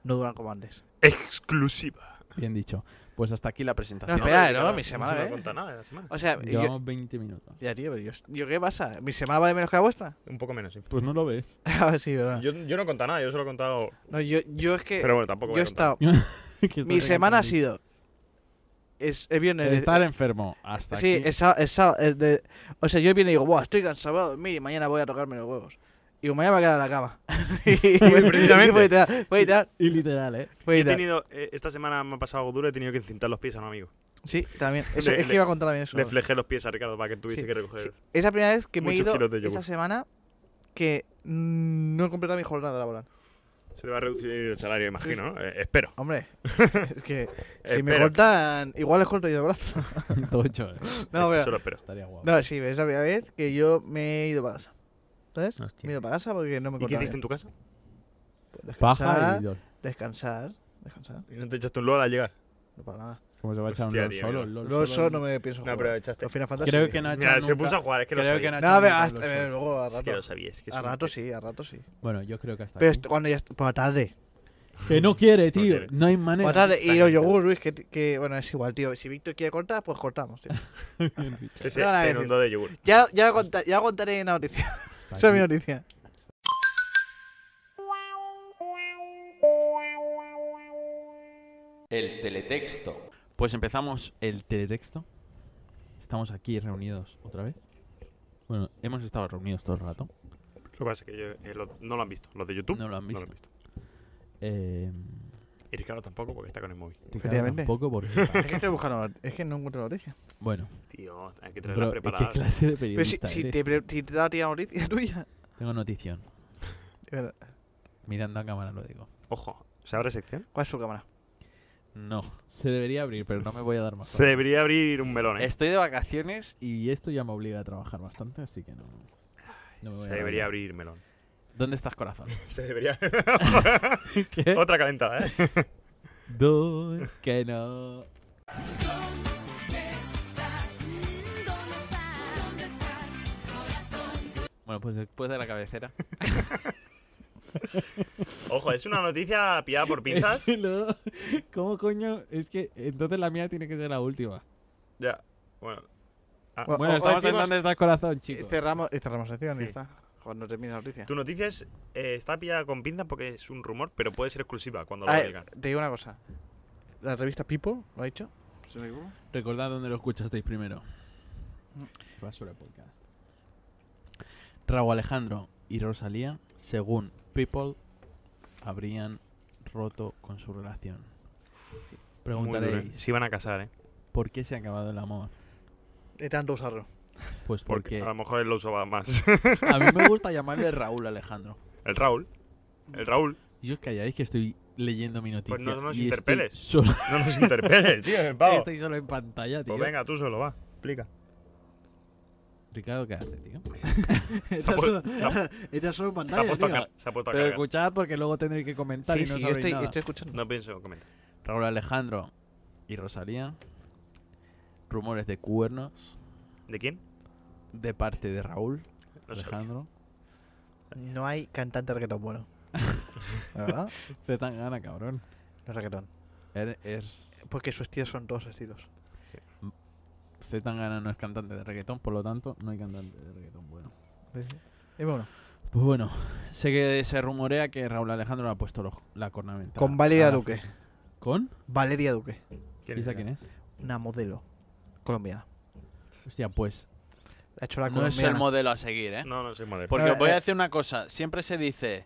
C: no duran como antes.
B: Exclusiva.
A: Bien dicho. Pues hasta aquí la presentación.
C: No, espera,
B: pero
C: ¿no?
B: claro,
C: Mi semana,
B: no
C: ¿eh?
B: he contado nada de la semana.
C: O sea, yo-
A: Llevamos 20 minutos.
C: ya tío, pero yo, yo qué pasa? ¿Mi semana vale menos que
B: [LAUGHS]
C: la vuestra?
B: Un poco menos, sí.
A: Pues no lo ves. [LAUGHS]
C: Ah, sí, verdad.
B: Yo, yo no he contado nada, yo solo he contado.
C: No, yo, yo es que
B: Pero bueno, tampoco. voy
C: yo he
B: a contar.
C: estado. Mi
A: Estás
C: semana ha
A: regañando.
C: sido es el viernes.
A: Estar enfermo. Hasta
B: pues
C: sí,
A: aquí.
C: el sábado- el sábado- el eh, de- o sea, yo el viernes digo, "Buah, estoy cansado, voy a dormir y mañana voy a tocarme los huevos." Y digo, mañana me voy a quedar en la cama. [LAUGHS]
B: [LAUGHS]
C: y [LAUGHS]
B: precisamente.
C: voy a tirar, voy a tirar,
A: Y literal, ¿eh? [LAUGHS]
C: voy a
B: He
C: tirar.
B: tenido, eh, esta semana me ha pasado algo duro, he tenido que encintar los pies a un amigo.
C: Sí,
B: [LAUGHS]
C: también. Eso-
B: Le-
C: es que
B: le-
C: iba a contar también eso.
B: Le flejé los pies a Ricardo para que tuviese
C: Sí,
B: que recoger.
C: sí. Es la primera vez que me he
B: Muchos
C: ido
B: kilos de
C: esta
B: yogur.
C: semana que mm, no he completado mi jornada laboral.
B: Se te va a reducir el salario, imagino, ¿no? Eh, espero.
C: Hombre, es que si me
B: Espero.
C: cortan, igual les corto yo el brazo.
A: Tocho, ¿eh?
C: No, pero-
B: Solo espero.
A: Estaría guapo.
C: no, sí, es la primera vez que yo me he ido para casa. ¿Sabes? Me he ido para casa porque no me
B: ¿Y qué
C: cortaron.
B: hiciste en tu casa?
A: Paja
C: Descansar,
A: y LOL.
C: descansar, descansar,
B: ¿Y no te echaste un LOL al llegar?
C: no para nada.
A: ¿Cómo se va a echar un
B: Hostia,
A: LOL
B: tío,
A: solo?
B: mira.
A: LOL
C: Luego
A: solo,
C: eso no me pienso
B: No,
C: jugar.
B: pero echaste.
C: Los Final Fantasy.
A: Creo que no ha echado
B: Mira, se
A: nunca-
B: puso a jugar, es que lo
A: Creo que
B: sabía.
A: no ha
C: No, a
A: echado
C: ver,
A: nunca
C: hasta-
A: LOL
C: a ver,
A: solo.
C: luego a
B: Es que
C: rato.
B: lo sabía. Es que es
C: A
B: un-
C: rato sí, a rato sí.
A: Bueno, yo creo que hasta
C: Pero
A: aquí.
C: esto- Pues cuando ya est- por la tarde.
A: Que no quiere, tío. No,
B: quiere.
A: hay manera.
C: O tal,
B: está
C: y los
B: bien.
C: yogur, Luis, que, que, bueno, es igual, tío. Si Víctor quiere cortar, pues cortamos, tío.
A: [LAUGHS] Bien dicho.
B: Ese,
C: No van a
B: se
C: decir.
B: inundó de yogur.
C: Ya, ya, lo conta- ya lo contaré en la noticia. [LAUGHS]
A: Está
C: Esa es mi
A: aquí.
C: noticia.
D: El teletexto.
A: Pues empezamos el teletexto. Estamos aquí reunidos otra vez. Bueno, hemos estado reunidos todo el rato.
B: Lo que pasa es que yo- eh, lo- no lo han visto. Los de YouTube
A: No lo han
B: No lo
A: visto.
B: han visto.
A: Eh,
B: Y Ricardo tampoco porque está con el móvil.
A: Ricardo
C: Efectivamente.
A: tampoco porque...
C: [LAUGHS] Es que estoy buscando, es que no encuentro la noticia.
A: Bueno,
B: Tío, hay que
A: bro,
B: traerla
A: ¿qué
B: preparada.
A: clase de
C: Pero si,
A: periodista
C: si
A: eres?
C: te, pre- si te da a ti la noticia [LAUGHS] tuya.
A: Tengo notición.
C: De verdad.
A: Mirando a cámara lo digo.
B: Ojo, ¿se abre sección?
C: ¿Cuál es su cámara?
A: No, se debería abrir, pero no me voy a dar más.
B: Se debería abrir un melón, ¿eh?
A: Estoy de vacaciones y esto ya me obliga a trabajar bastante, así que no... no me voy
B: se
A: a
B: debería
A: rayar.
B: abrir melón.
A: ¿Dónde estás,
C: [LAUGHS]
A: corazón? [LAUGHS]
B: Se debería.
A: ¿Qué?
B: [LAUGHS] Otra calentada, ¿eh? [LAUGHS]
A: Do- que no... Bueno, pues después de la [LAUGHS] cabecera...
B: Ojo, es una noticia pillada por
A: Es
B: pinzas.
A: que no, ¿Cómo coño? Es que entonces la mía tiene que ser la última.
B: ya, bueno. Ah,
A: Bueno,
C: o- o
A: estamos en
C: decimos-
A: donde está el corazón, chicos.
C: Cerramos, cerramos sección y
B: Sí.
C: ya está. Cuando termine la noticia.
B: Tu noticia es, eh, está pillada con pinzas porque es un rumor, pero puede ser exclusiva cuando lo
C: Ah,
A: eh,
B: digan.
C: te digo una cosa. La revista People lo ha dicho. ¿Se me equivoco?
A: Recordad dónde lo escuchasteis primero. Basura podcast. Raúl Alejandro y Rosalía, según People, habrían roto con su relación.
B: Muy duro, ¿eh?
A: Preguntaréis,
B: Se iban a casar, ¿eh?
A: ¿por qué se ha acabado el amor?
C: De tanto usarlo.
A: Pues
B: Porque [LAUGHS]
A: porque
B: a lo mejor él lo usaba más. [LAUGHS]
A: a mí me gusta llamarle Raúl Alejandro.
B: el Raúl. El Raúl.
A: Y os calláis que estoy leyendo mi noticia.
B: Pues no nos
A: y estoy
B: interpeles.
A: solo-
B: No
A: [LAUGHS]
B: nos interpeles, tío, el pavo.
A: Estoy solo en pantalla, Este tío.
B: Pues venga, tú solo, va. Explica.
A: Ricardo, ¿qué hace, tío?
C: [LAUGHS]
B: Pues
C: Está
B: pu-
C: solo,
B: se ha-
C: [LAUGHS] está solo en
B: Se ha
C: pantalla.
B: puesto a,
C: tío.
B: ca- se ha puesto a
A: Pero
B: cagar.
A: escuchad porque luego tendré que comentar
C: Sí,
A: y no
C: sí, yo
A: sabréis
C: estoy,
A: nada.
C: estoy escuchando.
B: No pienso comentar.
A: Raúl Alejandro y Rosalía. Rumores de cuernos
B: ¿De quién?
A: de parte de Raúl
B: No sé.
A: Alejandro.
C: No, hay cantante reggaetón bueno. [LAUGHS] ¿La verdad?
A: Z tan gana, cabrón.
C: No es reggaetón.
A: Er- es-
C: Porque sus estilos son dos estilos.
A: Z tan gana no es cantante de reggaetón, por lo tanto, no hay cantante de reggaetón bueno.
C: Dime uno.
A: Pues bueno, sé que se rumorea que Raúl Alejandro le ha puesto los- la cornamenta.
C: Con Valeria
A: a la-
C: Duque.
A: ¿Con?
C: Valeria Duque.
A: ¿Y esa quién es?
C: Una modelo colombiana.
A: Hostia, pues
C: Ha hecho la
A: no es el
C: colombiana.
A: modelo a seguir, ¿eh?
B: No, no soy madre.
A: Porque
C: No,
A: os voy a
C: eh,
A: decir una cosa, siempre se dice...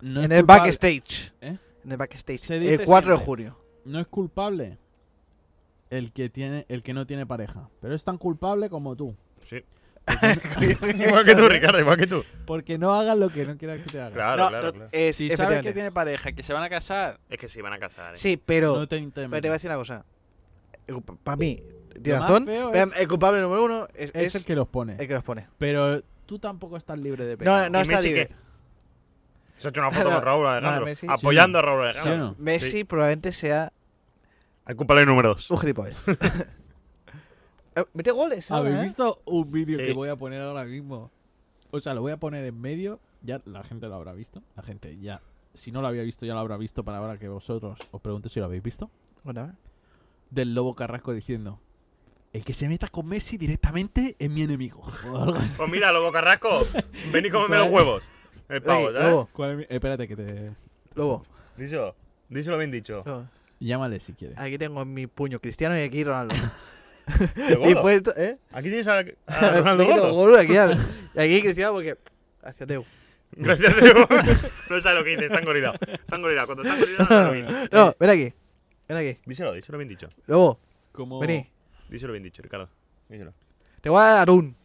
A: No
C: en
A: es
C: el
A: culpa-
C: backstage.
A: ¿Eh?
C: En el backstage.
A: Se
C: el
A: dice
C: 4 de
A: siempre.
C: junio.
A: no es culpable el que tiene el que no tiene pareja, pero es tan culpable como tú, [LAUGHS]
B: Sí. Igual que tú,
C: no,
B: Ricardo, igual que tú.
A: porque no hagas lo que no quieras que te haga.
B: Claro, claro,
C: no,
B: claro.
C: es-
A: Si sabes que
C: efectivamente.
A: tiene pareja, que se van a casar,
B: Es que se iban a casar, ¿eh?
C: Sí, pero.
A: no te intentes.
C: Pero te voy a decir una cosa. Para mí,
A: Lo
C: tiene
A: más
C: razón.
A: feo
C: pero
A: es-
C: El culpable número uno es,
A: es, el
C: que,
A: que los pone.
C: los pone.
A: Pero tú tampoco estás libre de pecado.
C: eh, No, no
B: ¿Y
C: está
B: Messi
C: libre.
B: qué? Se ha hecho una foto
C: No, [LAUGHS]
B: con Raúl
C: no,
B: Alejandro.
C: Messi, sí.
B: apoyando a Raúl
A: ¿Sí
B: Alejandro.
A: o no?
C: Messi probablemente sea
B: Al culpable número 2.
C: un gilipollas.
B: [LAUGHS]
C: Eh, Mete goles, ahora,
A: Ah, ¿Habéis
C: ¿eh?
A: visto un vídeo
B: Sí.
A: que voy a poner ahora mismo? O sea, lo voy a poner en medio, ya la gente lo habrá visto, la gente ya si no lo había visto ya lo habrá visto para ahora que vosotros os pregunto si lo habéis visto.
C: Bueno, a ver.
A: del Lobo Carrasco diciendo: El que se meta con Messi directamente es mi
B: [LAUGHS]
A: enemigo. O algo así.
B: Pues mira, Lobo Carrasco, ven y cómeme los
A: ¿Sabes?
B: huevos. El pavo,
C: Oye,
B: ¿sabes?
C: Lobo,
A: ¿Cuál es mi- eh, Espérate que te.
C: Lobo,
B: Díselo. Díselo bien
C: [LAUGHS]
B: dicho.
C: Lobo.
A: Llámale si
D: Ah,
A: quieres.
C: Aquí tengo en mi puño Cristiano y aquí Ronaldo.
B: De
C: y
B: gordo. Ah,
C: puesto, ¿eh?
B: Aquí tienes a,
C: [LAUGHS]
B: a Ronaldo
C: Mira,
B: Gordo.
C: gordo,
B: [LAUGHS]
C: aquí, al- y aquí Cristiano porque. Hacia Teu.
B: Gracias, Diego. [LAUGHS] No sabe lo que dice, está engorilado. Está engorilado. Cuando está engorilado, no sabe lo que dice.
C: No, ven aquí. Ven aquí.
B: Díselo, díselo bien dicho.
C: Lobo,
A: Como...
C: vení.
B: Díselo bien dicho, Ricardo. Díselo.
C: Te voy a dar un.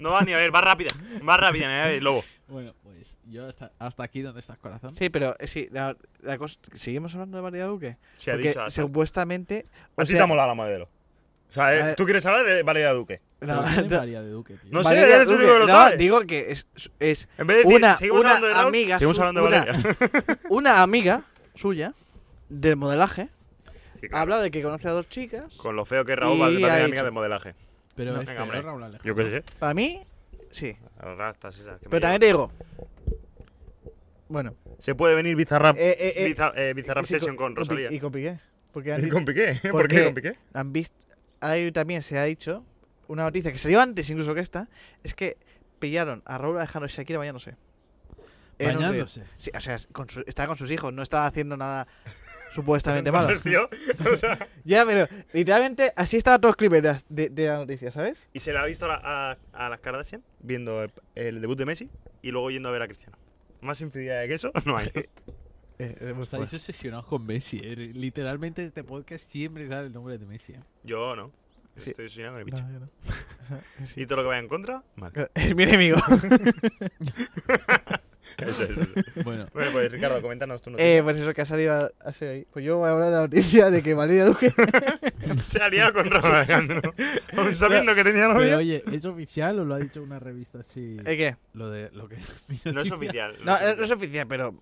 B: No va ni a ver, va rápida. Va rápida, ni a ver, Lobo.
A: Bueno, pues yo hasta, hasta aquí donde estás, corazón.
C: Sí, pero eh, sí, la, la cosa, ¿seguimos hablando de Valeria Duque?
B: Se ha
C: Porque
B: dicho. hasta-
C: supuestamente. o
B: A ti
C: sea,
B: te ha molado la modelo. O sea,
C: A
B: eh,
C: ver.
B: tú quieres hablar de Valeria Duque.
A: Pero
C: no,
A: ¿quién es
C: no,
A: María de Duque, tío?
B: No sé,
C: Valeria
B: eres el
C: Duque,
B: único que lo
C: no,
B: sabe.
C: digo que es, es
B: En vez de decir,
C: una,
B: seguimos
C: una
B: hablando de Raúl,
C: amiga,
B: seguimos
C: su-
B: hablando de
C: una-
B: Valeria. [LAUGHS]
C: una amiga suya del modelaje.
B: Sí,
C: Ha
B: claro.
C: hablado de que conoce a dos chicas.
B: Con lo feo que es Raúl,
C: Y
B: va a
C: ha
B: amiga
C: dicho-
B: de modelaje.
A: Pero
C: No,
A: es
B: venga,
A: feo,
B: hombre.
A: Raúl Alejandro.
B: Yo qué sé.
C: Para mí, sí.
B: Las rastas esas. que me
C: Pero también
B: llevan.
C: te digo.
D: Bueno.
B: Se puede venir Bizarrap,
D: Eh, eh, eh,
B: Biza- eh, Bizarrap
D: y si
B: Session con Rosalía.
D: Y con Piqué. Porque han
B: ¿Y
D: dicho-
B: con Piqué? ¿Por,
D: ¿Por
B: qué?
D: qué?
B: con Piqué?
D: han visto. Ahí también se ha dicho una noticia que salió antes incluso que esta. Es que pillaron a Raúl Alejandro y Shakira bañándose. En un río.
A: Bañándose.
D: Sí, o sea, con su- estaba con sus hijos, no estaba haciendo [LAUGHS] nada supuestamente malo.
B: Entonces, tío, o sea,
D: Ya, pero literalmente así estaba todo el de, las- de, de la noticia, ¿sabes?
B: ¿Y se la ha visto a, la- a- a las Kardashian viendo el, el debut de Messi y luego yendo a ver a Cristiano? Más infidelidad que eso no
D: [LAUGHS]
B: hay.
D: Eh, eh, pues,
A: Estáis obsesionados con Messi. eh. Literalmente este podcast siempre sale el nombre de Messi. eh.
B: Yo no.
D: Sí.
B: Estoy soñando con el
D: bueno.
B: bicho.
D: No, yo no.
B: Y todo lo que vaya en contra, mal.
D: [LAUGHS] Es mi enemigo.
B: Eso, eso, eso.
A: Bueno,
B: Bueno, pues Ricardo, coméntanos tú. No
D: Eh, pues eso que ha salido a- a ser ahí. Pues yo voy a hablar de la noticia de que Valeria Duque. [LAUGHS]
B: [LAUGHS] Se ha liado con Raúl Alejandro. Aún sabiendo que tenía
A: pero
B: novia.
A: oye, ¿es oficial o lo ha dicho una revista así?
D: ¿Eh, qué?
A: Lo de lo que. [LAUGHS]
B: No es oficial.
D: No, eh,
B: es
D: no es
B: oficial.
D: oficial, pero.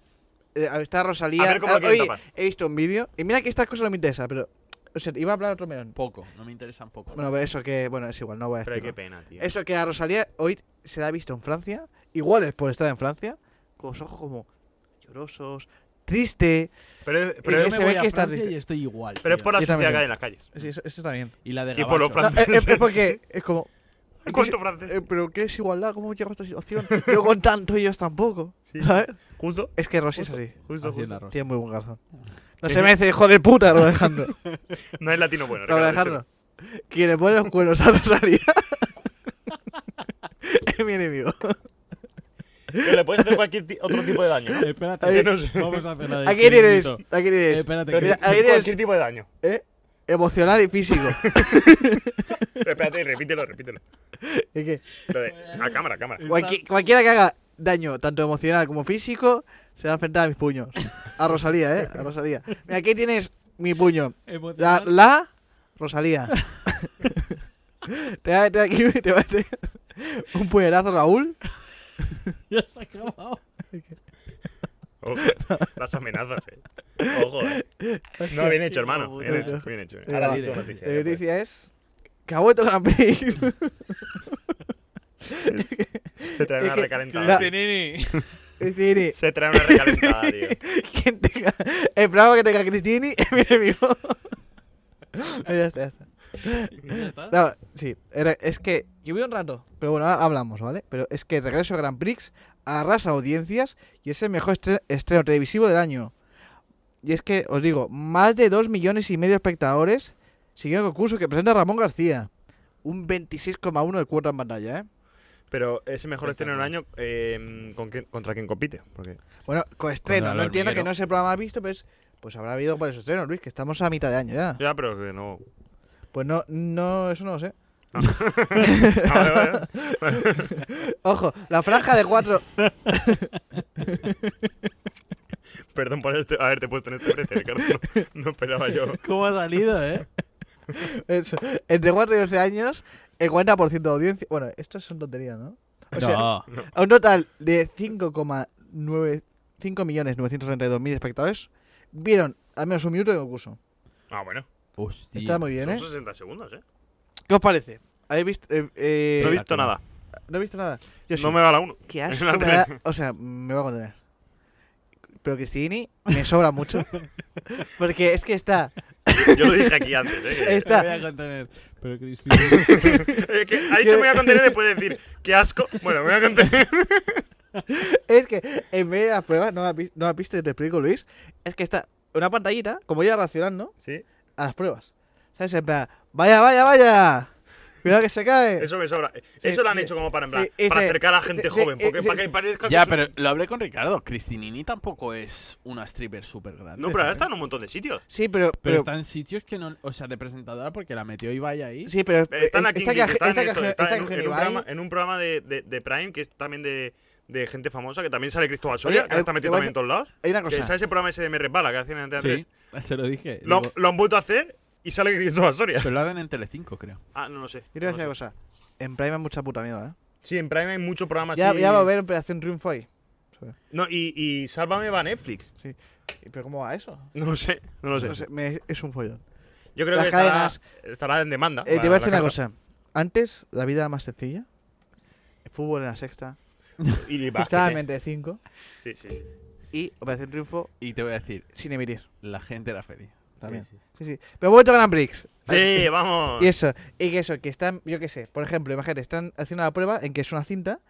D: eh, está Rosalía.
B: A ver cómo lo
D: Ah,
B: quieren
D: oye,
B: tapar.
D: he visto un vídeo. Y mira que estas cosas no me interesan, pero. O sea, iba a hablar otro melón.
A: Poco, no me interesan poco.
D: Bueno, pero eso que. Bueno, es igual, no voy a
B: Pero qué
D: explicar.
B: pena, tío.
D: Eso que a Rosalía hoy se la ha visto en Francia. Igual es por estar en Francia. Con los ojos como. llorosos. Triste.
B: Pero,
A: pero
B: pero,
A: yo
D: se
A: me
D: ve
A: voy
D: que
A: a
D: está
A: Francia y
D: triste.
A: estoy igual.
B: pero es
A: tío.
B: por la
D: Yo
B: sociedad
D: también
B: que
D: creo.
B: hay en las calles.
D: Sí, eso, eso está bien.
A: Y la de
B: y por lo
A: Gabacho.
B: [LAUGHS]
D: No,
B: francés.
D: eh, eh, es, porque. Es como.
B: ¿Cuánto francés?
D: eh, pero ¿qué es igualdad? ¿Cómo llegó a esta situación? Yo con tanto, ellos tampoco. ¿Sabes?
B: Justo,
D: Es que Rosy es así.
A: [LAUGHS]
B: justo,
A: Así es
B: justo.
A: la rosa.
D: Tiene muy
B: [LAUGHS]
D: buen garzón. No
B: Sí.
D: se merece, hijo de puta, lo dejando.
B: No es latino bueno.
D: Para
B: Ricardo,
D: dejarlo. Quien le pone los cuernos a Rosalía
A: [LAUGHS]
D: es mi enemigo.
B: déjalo. Que le puedes hacer cualquier ti- otro tipo de daño.
D: [LAUGHS]
B: ¿no?
A: Espérate,
B: Ay,
A: que
B: no sé.
A: vamos a hacer la de
D: Aquí tienes,
A: Chiringuito.
D: aquí
A: Eh,
D: tienes.
A: Espérate,
B: Pero
A: que-
D: Mira, ahí
B: cualquier
D: eres-
B: tipo de daño.
D: ¿eh? Emocional
A: [LAUGHS]
D: y físico.
B: Pero espérate, repítelo, repítelo.
D: Es que
B: Lo de- a cámara, a cámara.
D: cualqui- cualquiera que haga daño, tanto emocional como físico, se va a enfrentar a mis puños. A Rosalía, ¿eh? A Rosalía. Mira, aquí tienes mi puño. La,
A: emocional.
D: la Rosalía. [LAUGHS] te va a meter aquí te va a meter un puñetazo, Raúl.
A: [LAUGHS] Ya se ha acabado.
B: Ojo, las amenazas, eh. Ojo, eh. No, bien hecho, hermano. Bien hecho, bien hecho. Ahora di tu noticia.
D: La
B: ya, pues.
D: noticia es que ha vuelto Gran Prix. [LAUGHS]
B: Se trae una
D: es que-
B: recalentada.
D: la-
B: tío.
A: Nini.
D: Cristini,
B: Se trae una recalentada,
D: [LAUGHS]
B: tío.
D: quien tenga, el programa que tenga Cristini [LAUGHS] es mi enemigo. Ahí ya está, ya está.
A: [LAUGHS] ¿Ya está?
D: No, sí, era- es que llovió un rato, pero bueno, ahora hablamos, ¿vale? Pero es que Regreso a Grand Prix arrasa audiencias y es el mejor estre- estreno televisivo del año. Y es que, os digo, más de 2 millones y medio de espectadores siguieron el concurso que presenta Ramón García. Un 26,1 de cuota en pantalla, ¿eh?
B: Pero ese mejor estreno del año, eh, ¿con qué- ¿contra quién compite? Porque
D: Bueno, con estreno,
A: el
D: no entiendo que
A: hormiguero.
D: no ese programa ha visto, pues, pues habrá habido por esos estrenos, Luis, que estamos a mitad de año ya.
B: ya, pero que no. [LAUGHS]
D: Pues no, no, eso no lo sé.
B: Ah, vale, vale, vale.
D: [LAUGHS] Ojo, la franja de cuatro. [LAUGHS]
B: Perdón por este, haberte puesto en este frente, Ricardo. No, no esperaba yo.
A: ¿Cómo ha salido, eh?
D: eso, entre 4 y 12 años, el 40% de audiencia. Bueno, esto son tonterías, ¿no? O sea,
A: No.
D: a un total de 5,9 5.932.000 espectadores vieron al menos un minuto de concurso.
B: Ah, bueno.
A: Hostia.
D: Está muy bien,
B: Son
D: ¿eh?
B: 60 segundos, ¿eh?
D: ¿Qué os parece? ¿Habéis visto? eh, eh,
B: No he visto nada.
D: no he visto nada. Yo
B: [LAUGHS]
D: sí.
B: No me va la uno.
D: Qué asco
B: La
D: me da- O sea, me voy a contener. Pero Cristini me sobra [LAUGHS] mucho. Porque es que está.
B: Yo lo dije aquí antes,
D: [LAUGHS]
B: ¿eh?
D: está
A: Me voy a contener. Pero Cristina.
B: Eh, que ha dicho me voy
D: [LAUGHS]
B: a contener después de decir, qué asco. Bueno, me voy a contener.
D: es que en medio de las pruebas, no has vi- no has visto, yo te explico, Luis. Es que está una pantallita, como ya racionando,
B: Sí,
D: a las pruebas. ¿Sabes? En plan, vaya, vaya, vaya. Cuidado que se cae.
B: eso me sobra.
D: Sí,
B: eso lo han
D: sí.
B: hecho como para, en plan,
D: Sí, ese-
B: para acercar a gente
D: sí,
B: joven.
D: sí,
B: Porque
D: sí,
B: para que
D: sí.
B: parezca
A: [LAUGHS]
B: que
A: Ya,
B: es un-
A: pero lo hablé con Ricardo. Cristinini tampoco es una stripper súper grande.
B: No, pero ahora está en un montón de sitios.
D: Sí, pero.
A: Pero
D: pero,
A: está en sitios que no. O sea, de presentadora porque la metió Ibai ahí.
D: sí, pero.
B: Están
D: es-
B: aquí,
D: esta
B: en Geek,
D: caja-
B: están
D: esta
B: en esto,
D: caja-
B: están
D: esta
B: en un-
D: caja
B: en
D: de
B: un
D: Ibai-
B: programa- en un programa de, de- de Prime que es también de, de gente famosa, que también sale Cristóbal
D: Oye,
B: Soria, que
D: eh,
B: está metido
D: te voy a
B: también en todos lados.
D: Hay una
B: Que,
D: cosa.
B: ¿Sabes ese programa ese de Me Resbala que hacían en Antena 3?
A: Sí, se lo dije.
B: Lo,
A: Digo,
B: lo han vuelto a hacer y sale Cristóbal Soria.
A: pero lo hacen en Telecinco, creo.
B: Ah, no lo sé.
D: Yo te voy a
B: no
D: decir una
B: lo sé.
D: cosa. En Prime hay mucha puta mierda, ¿eh?
B: Sí, en Prime hay muchos programas
D: Ya,
B: así.
D: ya va a haber Operación Triunfo ahí.
B: No, y, y Sálvame va a Netflix. [LAUGHS]
D: ¿Pero cómo va eso?
B: No lo sé, no lo sé.
D: No sé, me- es un follón.
B: Yo creo
D: Las
B: que estará,
D: cadenas.
B: estará en demanda.
D: Eh, te
B: para
D: voy a
B: la
D: decir una
B: casa.
D: cosa. Antes, la vida era más sencilla. El fútbol en la sexta.
B: [LAUGHS] Y básquet,
D: [LAUGHS] Escuchaba en 5.
B: Sí, sí, sí.
D: y Operación Triunfo
A: Y te voy a decir,
D: sin emitir.
A: la gente era feliz.
D: También.
B: Sí,
D: Sí, sí. Pero vuelto a Grand Prix.
B: Sí, vamos.
D: Y eso, y que eso, que están, yo qué sé, por ejemplo, imagínate, están haciendo la prueba en que es una cinta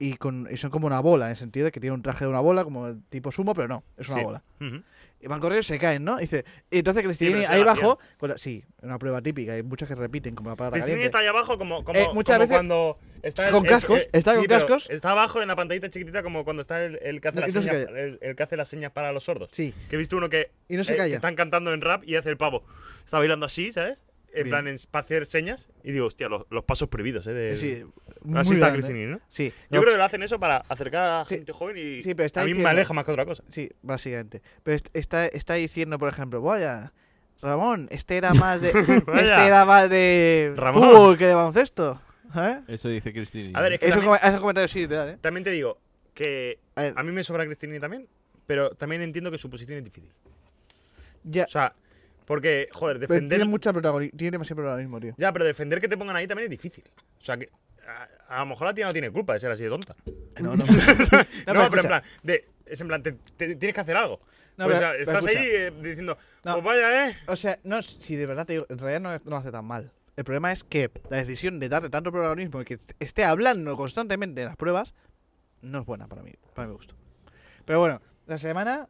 D: y, con, y son como una bola, en el sentido de que tiene un traje de una bola, como tipo sumo, pero no, es una
B: Sí.
D: bola.
B: Ujú.
D: Y van corriendo y se caen, ¿no? Y dice, y entonces Cristini
B: pero se
D: ahí
B: va
D: abajo, con la- sí, una prueba típica, hay muchas que repiten, como la palabra
B: Cristina
D: caliente.
B: está ahí abajo como, como,
D: Eh, muchas
B: como
D: veces
B: cuando está el-
D: con
B: el-
D: cascos, está con
B: pero
D: cascos.
B: Está abajo en la pantallita chiquitita como cuando está el, el que hace
D: No,
B: las
D: y no se
B: señas,
D: calla.
B: el, el que hace las señas para los sordos.
D: Sí,
B: Que he visto uno que,
D: y no se
B: eh, que
D: calla.
B: están cantando en rap y hace el pavo. Está bailando así, ¿sabes? En
D: Bien.
B: plan en, para hacer señas y digo, hostia, los, los pasos prohibidos, eh, de-
D: Sí, muy
B: así está
D: grande.
B: Cristina, ¿no?
D: Sí,
B: Yo
D: lo-
B: creo que lo hacen eso para acercar a
D: Sí.
B: gente joven y
D: Sí, pero está
B: a mí
D: diciendo-
B: me aleja más que otra cosa.
D: sí, básicamente. Pero est- está, está diciendo, por ejemplo, vaya, Ramón, este era
B: [LAUGHS]
D: más de, este
B: Vaya.
D: era más de
B: Ramón.
D: fútbol que de baloncesto. ¿eh?
A: Eso dice Cristina.
B: A ver, es que
D: Eso
B: también,
D: come- hace un comentario sí, literal, ¿eh?
B: también te digo que
D: A ver,
B: a mí me sobra Cristina también, pero también entiendo que su posición es difícil.
D: ya,
B: O sea, porque, joder,
D: pero tiene
B: defender.
D: mucha protagonismo, tiene demasiado protagonismo, tío.
B: Ya, pero defender que te pongan ahí también es difícil. O sea, que a, a lo mejor la tía no tiene culpa de ser así de
D: [LAUGHS]
B: tonta.
A: No, no.
B: [LAUGHS] No,
D: pero
B: pero,
D: escucha.
B: en plan, de- es en plan, te, te- tienes que hacer algo.
D: No,
B: Pues,
D: pero-
B: o sea,
D: pero
B: estás
D: escucha.
B: ahí eh, diciendo,
D: No.
B: pues vaya, ¿eh?
D: O sea, no, si de verdad te digo, en realidad no, es- no lo hace tan mal. El problema es que la decisión de darle tanto protagonismo y que esté hablando constantemente de las pruebas no es buena para mí, para mi gusto. Pero bueno, la semana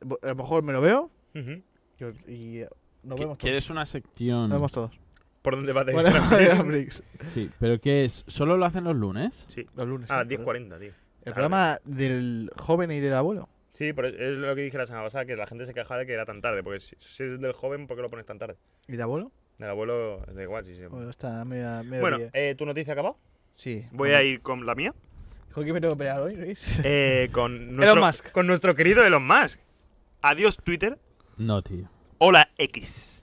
D: bo- a lo mejor me lo veo
B: Ujú.
D: yo- y eh, nos
A: ¿Qué-
D: vemos todos.
A: ¿Quieres una sección?
D: Nos vemos todos.
B: ¿Por dónde vas de
D: Bueno,
B: [LAUGHS]
D: Grand Prix.
A: Sí, pero ¿qué es? ¿Solo lo hacen los lunes?
B: Sí.
D: Los lunes.
B: A las
D: sí,
B: 10.40, tío.
D: El programa del joven y del abuelo.
B: Sí, pero es lo que dije la semana pasada, que la gente se quejaba de que era tan tarde. Porque si, si eres del joven, ¿por qué lo pones tan tarde?
D: ¿Y del abuelo?
B: Del abuelo, da igual. Si se-
D: Bueno, está media, media
B: Bueno,
D: pilla.
B: eh, ¿tu noticia ha acabado?
D: sí.
B: Voy
D: Bueno.
B: a ir con la mía.
D: ¿Con quién me tengo que pelear hoy, Luis?
B: Eh, con, nuestro,
D: Musk.
B: con nuestro querido Elon Musk. Adiós, Twitter.
A: No, tío.
B: Hola X.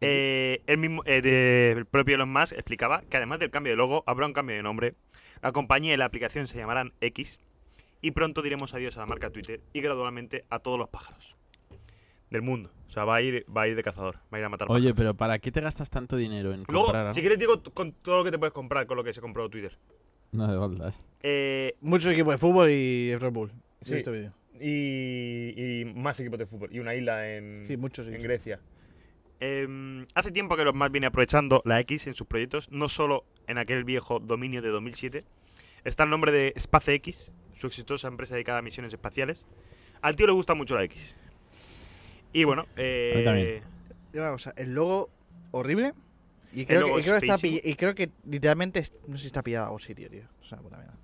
B: Eh, el, mismo, eh, de- el propio Elon Musk explicaba que además del cambio de logo habrá un cambio de nombre. La compañía y la aplicación se llamarán X y pronto diremos adiós a la marca Twitter y gradualmente a todos los pájaros del mundo. O sea, va a ir, va a ir de cazador, va a ir a matar.
A: Oye, pero ¿para qué te gastas tanto dinero en
B: pájaros. luego,
A: comprar?
B: si quieres digo t- con todo lo que te puedes comprar con lo que se compró Twitter.
A: No, de verdad.
B: Eh,
D: [LAUGHS] Mucho equipo de fútbol y Red Bull. Sí,
B: Sí.
D: este vídeo.
B: y, y más equipos de fútbol y una isla en
D: Sí, muchos
B: en
D: equipos.
B: Grecia. Eh, hace tiempo que los más viene aprovechando la X en sus proyectos, no solo en aquel viejo dominio de 2007. Está el nombre de SpaceX, su exitosa empresa dedicada a misiones espaciales. Al tío le gusta mucho la X. Y bueno, eh,
A: A mí también.
D: Yo una cosa, el logo horrible. Y
B: El
D: creo,
B: logo
D: que, y
B: es
D: creo que está
B: feísimo.
D: pill- y creo que literalmente es- no sé si está pillado a algún sitio, tío. O sea, puta mierda.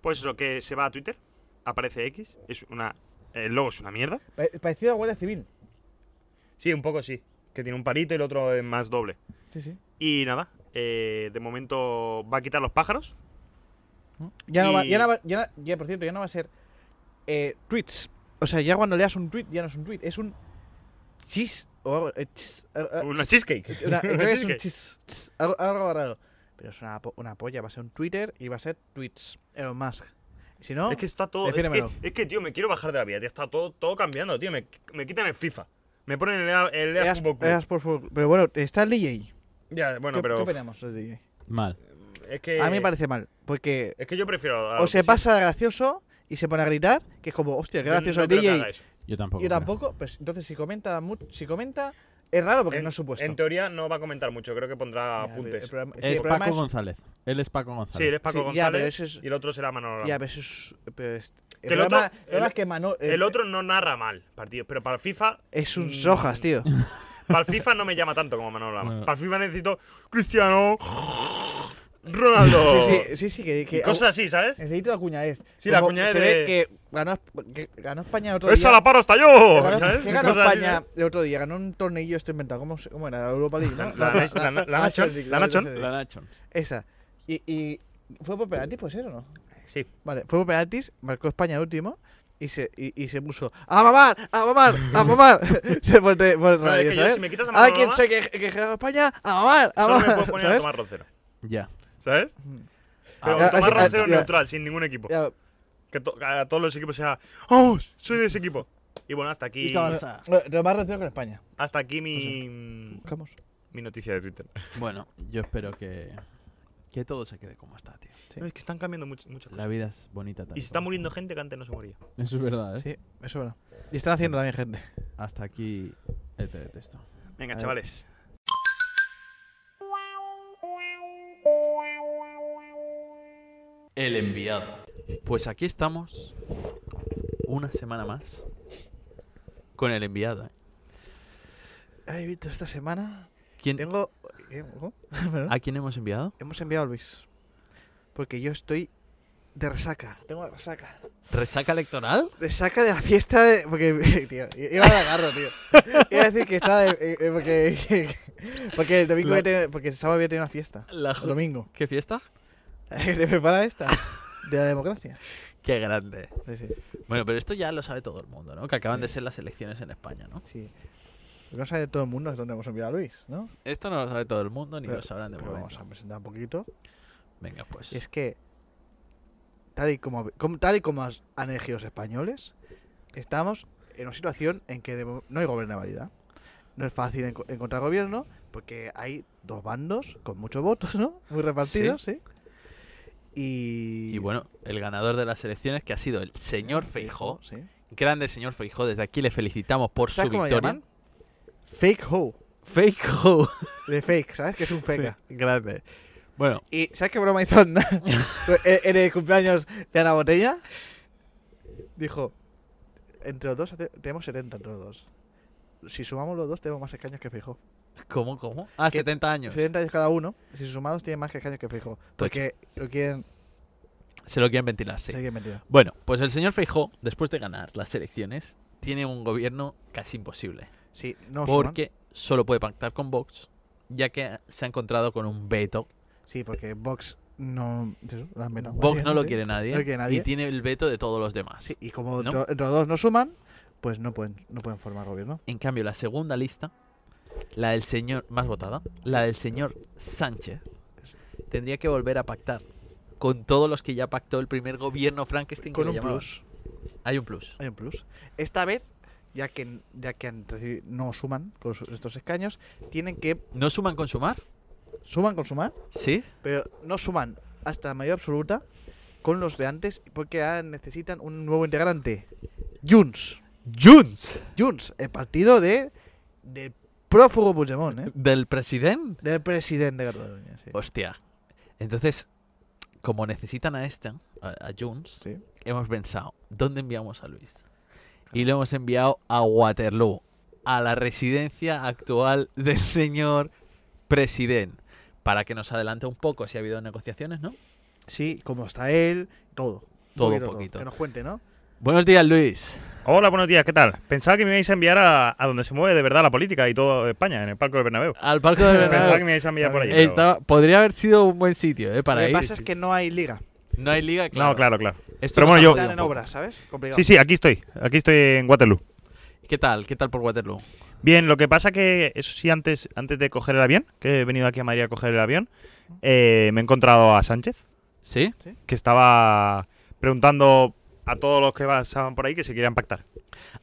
B: pues eso, que se va a Twitter, aparece X, es una, el logo es una mierda.
D: Pa- Parecido a Guardia Civil.
B: Sí, un poco sí, que tiene un palito y el otro es más doble.
D: Sí, sí.
B: Y nada, eh, de momento va a quitar los pájaros.
D: Ya, no va,
B: Y-
D: ya, no va- ya, no- ya, por cierto, ya no va a ser eh, tweets. O sea, ya cuando leas un tweet, ya no es un tweet, es un chis. O algo, eh, chis, eh, eh,
B: Una cheesecake. [LAUGHS]
D: Una- creo que es un
B: cheesecake.
D: chis, chis, algo, algo raro. Pero es una, po- una polla, va a ser un Twitter y va a ser tweets. Elon Musk. Y si no,
B: Es que está todo. Es que,
D: Defínemelo.
B: es que, tío, me quiero bajar de la vida. Ya está todo, todo cambiando, tío. Me, me quitan el FIFA. Me ponen el, EA- el EA
D: eras-
B: Fútbol Club.
D: eras por fútbol. Pero bueno, está el DJ.
B: Ya, bueno,
D: ¿Qué, qué
B: pero.
D: opinamos del DJ?
A: Mal.
B: Es que.
D: A mí me parece mal, porque
B: Es que yo prefiero. a lo
D: o
B: Eh, que sea.
D: se pasa de gracioso y se pone a gritar, que es como, hostia, qué
B: Yo no
D: gracioso el
B: creo que
D: DJ.
B: haga eso.
A: Yo tampoco.
D: Yo
A: creo.
D: tampoco, pues entonces si comenta, mu- si comenta es raro porque
B: En-
D: no es supuesto.
B: En teoría no va a comentar mucho. Creo que pondrá
D: Ya, pero el
B: apuntes.
D: problema- sí, el
A: Es
D: problema
A: Paco González. Él es Paco
B: Sí,
A: González.
B: él es Paco
D: sí, Ya, pero
B: González.
D: eso es.
B: Y el otro será Manolo.
D: Ya, eh,
B: Lama.
D: pero eso es. pero es- el
B: Que el otro-
D: problema- el problema
B: el-
D: es que Mano-
B: el otro no narra mal partidos, pero para el FIFA,
D: Es un
B: Mm. [LAUGHS]
D: sojas, tío.
B: para el FIFA no me llama tanto como Manolo Lama.
A: Bueno.
B: Para el FIFA necesito Cristiano, Ronaldo,
D: Sí, sí, sí, sí, que.
B: y
D: que
B: cosas así, ¿sabes?
D: Necesito la cuñadez.
B: Sí, la
D: Como
B: cuñadez
D: Se
B: de-
D: ve que ganó, que ganó España el otro
B: Esa
D: día.
B: la paro hasta yo,
D: ganó-
B: ¿sabes?
D: que ganó
B: Cosas así,
D: España el otro día? Ganó un tornillo, esto inventado. ¿Cómo, se- cómo era? La Europa League. ¿no?
B: La- la- la-
D: Ah,
B: la- la Nation,
D: League,
B: la Nation.
D: Nation League.
A: La Nacho.
D: Esa. Y, y fue por penaltis, puede ser o no?
B: Sí.
D: Vale, fue por penaltis, marcó España el último y se, y, y se puso ¡A mamar! ¡A mamar!
B: [LAUGHS]
D: ¡A mamar! se por, te-
B: Claro,
D: por
B: es
D: radio,
B: que yo,
D: ¿sabes?
B: si me quitas a
D: Ahora
B: Manolo
D: quien
B: Lama,
D: ¿eh? se que quejaba España, ¡a mamar! ¡A
B: solo me
D: mamar!
B: puedo poner a
D: Ah, ¿sabes? Ah,
B: tomar Rocero.
A: Ya.
B: ¿Sabes? Pero
D: ya,
B: tomar
D: así-
B: Rocero
D: ya.
B: neutral, sin ningún equipo.
D: Ya,
B: Que to- a todos los equipos sea, ¡vamos! Soy de ese equipo. Y bueno, hasta aquí,
A: Listo, avanza.
D: eh, Tomás Rocío con España.
B: hasta aquí mi,
D: Buscamos.
B: mi noticia de Twitter.
A: Bueno, yo espero que Que todo se quede como está, tío.
D: Sí.
B: No, es que están cambiando much- muchas
A: La
B: cosas.
A: vida es bonita tal
B: Y se está
A: cual.
B: muriendo gente que antes no se moría.
A: Eso es verdad, ¿eh?
D: Sí, eso es verdad. Y están haciendo también gente.
A: Hasta aquí el teletexto.
B: Venga,
A: A ver.
B: chavales.
A: El enviado. Pues aquí estamos, una semana más, con el enviado. ¿eh?
D: Ay, Víctor, esta semana
A: ¿Quién,
D: tengo. ¿eh? ¿Cómo? Perdón.
A: ¿A quién hemos enviado?
D: Hemos enviado a Luis. Porque yo estoy de resaca. Tengo resaca.
A: ¿Resaca electoral?
D: Resaca de la fiesta de. Porque, [LAUGHS] tío, iba al agarro, tío.
C: [LAUGHS]
D: Iba a decir que estaba. de- eh, eh, porque. [LAUGHS] Porque el domingo.
A: La-
D: había tenido- Porque el sábado había tenido una fiesta.
A: La
D: El domingo.
A: [LAUGHS] ¿Qué fiesta?
D: ¿Te prepara esta? [LAUGHS] De la democracia.
A: ¡Qué grande!
D: Sí, sí.
A: Bueno, pero esto ya lo sabe todo el mundo, ¿no? Que acaban de ser las elecciones en España, ¿no?
D: sí. Lo que no sabe todo el mundo es dónde hemos enviado a Luis, ¿no?
A: Esto no lo sabe todo el mundo, ni
D: Pero-
A: lo sabrán de
D: Pero vamos
A: momento.
D: a presentar un poquito.
A: Venga, pues.
D: Es que. Tal y como, como- tal y como has- han elegido los españoles, estamos en una situación en que de mo- no hay gobernabilidad. No es fácil enco- encontrar gobierno porque hay dos bandos con muchos votos, ¿no? Muy repartidos, sí. Y.
A: Y bueno, el ganador de las elecciones, que ha sido el señor Feijó.
D: Sí.
A: Grande señor Feijó, desde aquí le felicitamos por su
D: ¿Sabes cómo le
A: victoria.
D: llaman? Fake ho.
A: Feijó.
D: De fake, ¿sabes? Que es un feca.
A: [LAUGHS] Grande. Bueno,
D: ¿Y sabes qué broma hizo Aznar?
A: [LAUGHS]
D: en en el cumpleaños de Ana Botella? Dijo, entre los dos hace- tenemos 70 entre los dos. Si sumamos los dos tenemos más escaños que Feijóo.
A: ¿cómo, cómo? Ah,
D: Que-
A: 70 años.
D: 70 años cada uno, si sumados tienen más escaños que Feijóo. Porque lo quieren...
A: Se lo quieren ventilar, sí.
D: Se quieren mentir.
A: Bueno, pues el señor Feijó, después de ganar las elecciones, tiene un gobierno casi imposible.
D: Sí, no suman.
A: porque solo puede pactar con Vox, ya que se ha encontrado con un veto.
D: Sí, porque Vox no... eso, lo han vetado,
A: Vox no lo
D: básicamente.
A: quiere nadie,
D: No lo quiere nadie.
A: y tiene el veto de todos los demás.
D: Sí, y como
A: ¿No?
D: entre, entre los dos no suman, pues no pueden, no pueden formar gobierno.
A: En cambio, la segunda lista, la del señor más votada, la del señor Sánchez,
D: Sí.
A: tendría que volver a pactar con todos los que ya pactó el primer gobierno Frankenstein. que
D: Con
A: le
D: un
A: llamaban.
D: plus.
A: Hay un plus.
D: Hay un plus. Esta vez, ya que, ya que han recibi- no suman con su- estos escaños, tienen que.
A: ¿No suman con sumar?
D: Suman con sumar,
A: ¿Sí?
D: pero no suman hasta la mayoría absoluta con los de antes, porque ahora necesitan un nuevo integrante. Junts.
A: ¡Junts!
D: Junts, el partido de. del prófugo Puigdemont,
A: [LAUGHS]
D: ¿eh?
A: ¿Del presidente?
D: Del presidente de Cataluña, sí.
A: Hostia. Entonces, como necesitan a este, a, a Jones,
D: Sí.
A: hemos pensado, ¿dónde enviamos a Luis? Y lo hemos enviado a Waterloo, a la residencia actual del señor presidente, para que nos adelante un poco si ha habido negociaciones, ¿no?
D: Sí, como está él, todo. Un
A: Todo
D: poquito,
A: poquito.
D: Que nos cuente, ¿no?
A: Buenos días, Luis.
B: Hola, buenos días, ¿qué tal? Pensaba que me ibais a enviar a, a donde se mueve de verdad la política y todo España, en el Parque del Bernabéu.
A: Al Parque de
B: Pensaba que
A: Bernabéu.
B: me ibais a enviar por allí. pero-
A: Ah, Estaba- podría haber sido un buen sitio, ¿eh? Para
D: Lo que
A: ir.
D: pasa es que no hay liga.
A: No hay liga, claro.
B: No, claro, claro.
A: Esto
B: Pero
A: nos
B: bueno,
A: ha
B: yo-
A: jodido
D: Están
A: un
D: en
A: poco.
D: obras, ¿sabes? Complicado.
B: Sí, sí, aquí estoy. Aquí estoy en Waterloo.
A: ¿Qué tal? ¿Qué tal por Waterloo?
B: Bien, lo que pasa que, eso sí, antes, antes de coger el avión, que he venido aquí a Madrid a coger el avión, eh, me he encontrado a Sánchez,
A: ¿Sí?
B: que estaba preguntando a todos los que pasaban por ahí que se querían pactar.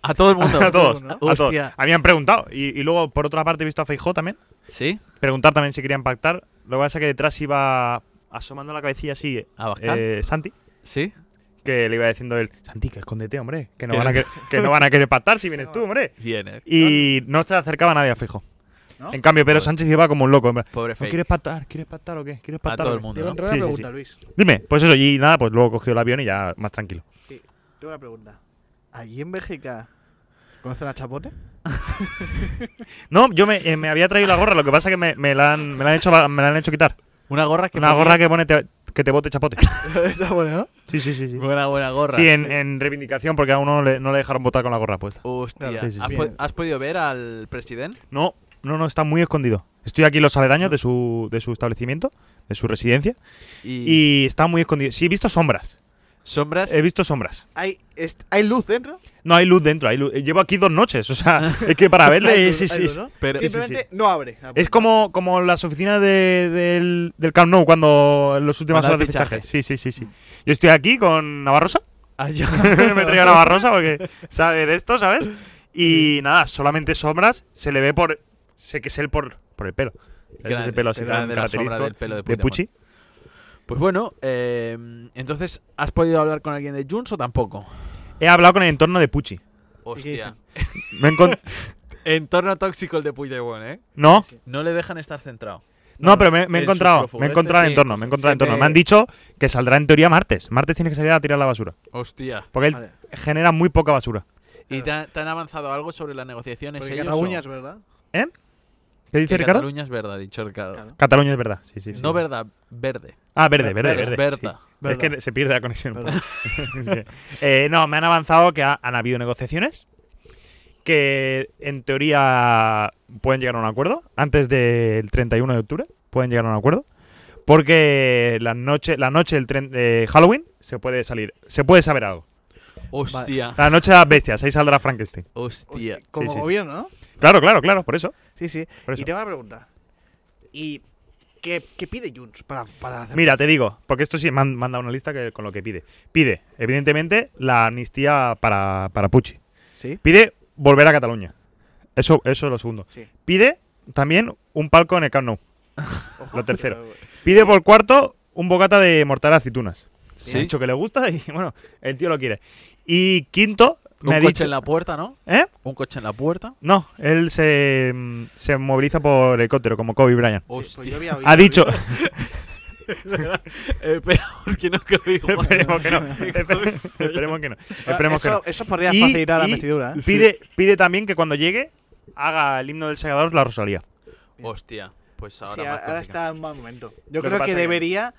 A: A todo el mundo.
B: [LAUGHS] a todos,
D: ¿no?
B: a todos.
A: Hostia.
B: Habían preguntado. Y, y luego, por otra parte, he visto a Feijó también.
A: ¿Sí?
B: Preguntar también si querían pactar. Lo que pasa que detrás iba asomando la cabecilla así
A: Abascal.
B: eh, Santi,
A: ¿Sí?
B: que le iba diciendo él, Santi, que escóndete, hombre, que no,
A: Que
B: van, a
A: no- [LAUGHS]
B: que, que no van a querer pactar si vienes tú, hombre.
A: Bien, ¿eh?
B: Y no se acercaba nadie a Feijó.
D: ¿No?
B: En cambio, Pedro Sánchez iba como un loco. en plan,
A: Pobre
B: ¿No
A: Feijó.
B: quieres pactar? ¿Quieres pactar o qué? ¿Quieres
A: A
B: pactar?
A: todo
B: o
A: el
B: qué?".
A: mundo,
D: Tengo
A: ¿no?
D: una
B: Sí, sí,
D: pregunta, Luis.
B: Dime, pues eso, y nada, pues luego cogió el avión y ya más tranquilo.
D: Sí, tengo una pregunta. ¿Allí en Bélgica conocen a Chapote?
B: No, yo me, eh, me había traído la gorra, lo que pasa que me, me la, han, me, la han hecho, la- me la han hecho quitar.
A: Una gorra que
B: Una
A: ponía-
B: gorra que pone te- que te bote chapote.
D: [LAUGHS] Está bueno, ¿no?
B: Sí, sí, sí. sí.
A: Buena, buena gorra.
B: Sí, en, en reivindicación, porque a uno no le, no le dejaron votar con la gorra puesta.
A: Hostia.
B: Claro, sí, sí,
A: ¿Has,
D: sí.
A: po-
D: Bien.
A: has podido ver al presidente?
B: No, no, no, está muy escondido. Estoy aquí en los aledaños de su, de su establecimiento, de su residencia,
A: Y,
B: y eh, está muy escondido. Sí, he visto sombras.
A: sombras.
B: He visto sombras.
D: ¿Hay, est- ¿Hay luz dentro?
B: No, hay luz dentro. Hay luz. eh, Llevo aquí dos noches, o [LAUGHS] sea, es que para
D: Hay
B: verle
D: luz,
B: es, es,
D: hay luz,
B: es-
D: ¿no?
A: pero-
B: sí, sí,
D: Simplemente no abre.
C: Ah,
D: la
C: pues,
B: es
D: puerta.
B: como, como las oficinas de- del, del Camp Nou cuando en las últimas
A: Cuando
B: horas de
A: hay fichajes.
B: fichaje. Sí, sí, sí, sí. Yo estoy aquí con Navarrosa.
A: Ah, ya.
B: [LAUGHS] me he traído la
A: [LAUGHS]
B: barrosa porque sabe de esto, ¿sabes? Y nada, solamente sombras, se le ve por. Sé que es él por, por el pelo. ¿Sabes
A: Grande,
B: ese pelo así
A: grande
B: tan
A: la sombra
B: característico
A: del pelo de
B: de
A: Puigdemont.
B: Pucci.
A: Pues bueno, eh, entonces, ¿has podido hablar con alguien de Junts o tampoco?
B: He hablado con el entorno de Pucci.
A: Hostia.
B: Me
A: [LAUGHS]
B: he encon-
A: Entorno tóxico el de Puigdemont, ¿eh?
B: no,
A: No le dejan estar centrado.
B: no, pero me, me he
A: el
B: encontrado.
A: subprofugado
B: Me he encontrado el
A: este sí,
B: entorno. Me he encontrado el entorno.
C: siempre-
B: Me han dicho que saldrá en teoría martes. Martes tiene que salir a tirar la basura.
A: Hostia.
B: Porque él
C: Vale.
B: genera muy poca basura.
A: ¿Y te, han- te han avanzado algo sobre las negociaciones?
C: Porque
A: ellos
C: Cataluña
A: o-
C: es verdad.
B: ¿Qué
A: que
B: dice Ricardo?
A: Cataluña
B: Cataluña.
A: es verdad, dicho Ricardo.
C: Claro.
B: es verdad. Sí, sí, sí.
A: No verdad, verde.
B: Ah, verde, verde,
A: Es
B: verde. sí.
A: Berta.
B: Es
C: Verdad.
B: que se pierde la conexión. un
C: Verdad.
B: poco. [LAUGHS] Sí. Eh, no, me han avanzado que ha- han habido negociaciones que en teoría pueden llegar a un acuerdo antes del 31 de octubre. Pueden llegar a un acuerdo. Porque la noche, la noche del tren- de Halloween se puede salir, se puede saber algo.
A: Hostia.
B: La noche de las bestias, ahí saldrá Frankenstein.
A: Hostia.
C: Como
B: sí, sí.
C: gobierno, ¿no?
B: Claro, claro, claro, por eso.
C: Sí, sí.
B: por eso.
C: Y tengo una pregunta. ¿Y qué, qué pide Junts para, para hacer?
B: Mira, te digo, porque esto sí me han mandado una lista que- con lo que pide. Pide, evidentemente, la amnistía para, para Pucci.
C: ¿Sí?
B: Pide volver a Cataluña. Eso, eso es lo segundo.
C: Sí.
B: Pide también un palco en el Camp Nou. Lo tercero.
C: Pero-
B: Pide por cuarto un bocata de mortadela de aceitunas. Se
A: Sí.
B: ha dicho que le gusta y [LAUGHS] bueno, el tío lo quiere. Y quinto,
A: Un
B: me ha
A: coche
B: dicho...
A: en la puerta, ¿no?
B: ¿Eh?
A: Un coche en la puerta.
B: No, él se, mm, se moviliza por helicóptero, como Kobe Bryant.
C: Sí, pues yo
A: [LAUGHS]
C: había oído-
B: Ha dicho... [LAUGHS]
A: Esperamos que no [LAUGHS]
B: esperemos que no. [LAUGHS] esperemos que no. Esperemos que no.
C: eso, eso podría
B: Y-
C: facilitar la
B: y-
C: investidura, ¿eh?
B: Pide, pide también que cuando llegue haga el himno del Segador la Rosalía.
A: Hostia. Pues ahora
C: Sí,
A: más
C: ahora, ahora
A: complicado.
C: está en mal momento. Yo
B: Lo que
C: creo
B: pasa
C: que
B: que-
C: debería,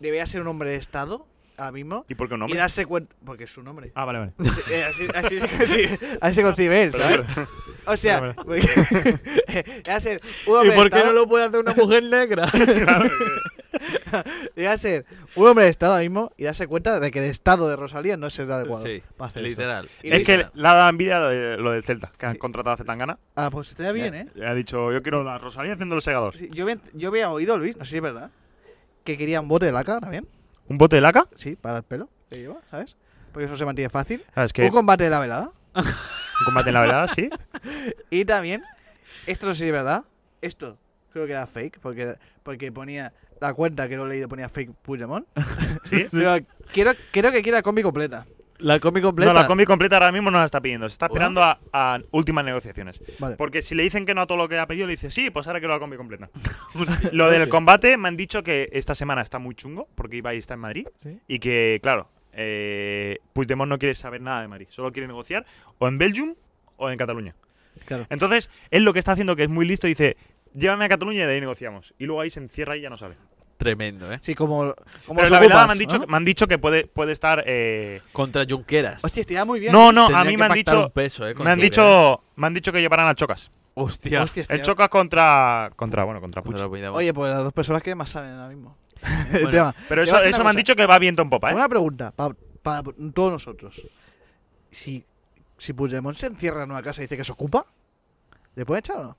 C: debería ser un hombre de Estado ahora mismo
B: ¿Y por qué un
C: y darse cuenta. Porque es su nombre.
B: Ah, vale, vale.
C: Eh, así, así se concibe, así se concibe él, ¿sabes? O sea,
B: Perdón,
C: porque- [LAUGHS] debería ser un hombre de Estado.
A: lo puede hacer una mujer [LAUGHS] negra?
C: debería ser un hombre de Estado ahora mismo y darse cuenta de que el Estado de Rosalía no es el adecuado.
A: sí,
C: para hacer esto.
A: literal.
C: Y
B: Es que
A: literal.
B: le ha dado envidia lo de- lo del Celta, que han
C: Sí.
B: contratado a Zetangana.
C: Ah, pues estaría bien, ¿eh?
B: Le ha dicho, yo quiero la Rosalía haciendo el Segador.
C: Sí, yo, había, yo había oído, Luis, no sé si es verdad, que querían bote de laca también.
B: ¿Un bote de laca?
C: Sí, para el pelo que lleva, ¿sabes? Porque eso se mantiene fácil.
B: Ah, Es que
C: Un combate de la velada.
B: un combate en la verdad,
C: [LAUGHS]
B: sí.
C: Y también, esto no sé si es verdad, esto creo que era fake, porque, porque ponía la cuenta que lo he leído, ponía fake [LAUGHS] Puigdemont.
B: ¿Sí?
C: Pero quiero, creo que quiera combi completa.
A: La cómic completa.
B: No, la combi completa ahora mismo no la está pidiendo. Se está
A: Hola.
B: esperando a, a últimas negociaciones.
C: Vale.
B: Porque si le dicen que no a todo lo que ha pedido, le dice, sí, pues ahora quiero la combi
C: [LAUGHS]
B: completa. lo del combate me han dicho que esta semana está muy chungo, porque Ibai está en Madrid.
C: Sí.
B: Y que, claro, eh, Puigdemont no quiere saber nada de Madrid. Solo quiere negociar o en Belgium o en Cataluña.
C: Claro.
B: Entonces, él lo que está haciendo, que es muy listo, dice, llévame a Cataluña y de ahí negociamos. Y luego ahí se encierra y ya no sale.
A: Tremendo, ¿eh?
C: Sí, como, como
B: Pero
C: los
B: la velada
C: ocupas,
B: me han dicho,
C: ¿no?
B: me han dicho que puede, puede estar... eh,
A: Contra Junqueras.
C: Hostia, estaría muy bien.
B: no, no, a
A: Tendrían
B: mí
A: que
B: me han
A: pactar
B: dicho...
A: un peso, eh, con
B: Me han
A: Junqueras.
B: dicho, me han dicho que llevarán a Chocas.
A: Hostia.
C: Hostia,
B: El
C: estaría-
B: Chocas contra, contra bueno, contra
A: No
B: Puig.
A: lo cuidaba.
C: Oye, pues las dos personas que más saben ahora mismo. [LAUGHS]
A: Bueno,
C: el tema.
B: Pero
C: Te voy a
B: eso,
C: hacer
B: eso
C: una
B: me han
C: cosa.
B: dicho que va viento en popa, ¿eh?
C: Una pregunta para todos nosotros. Si, si Puigdemont se encierra en una casa y dice que se ocupa, ¿le pueden echar o no?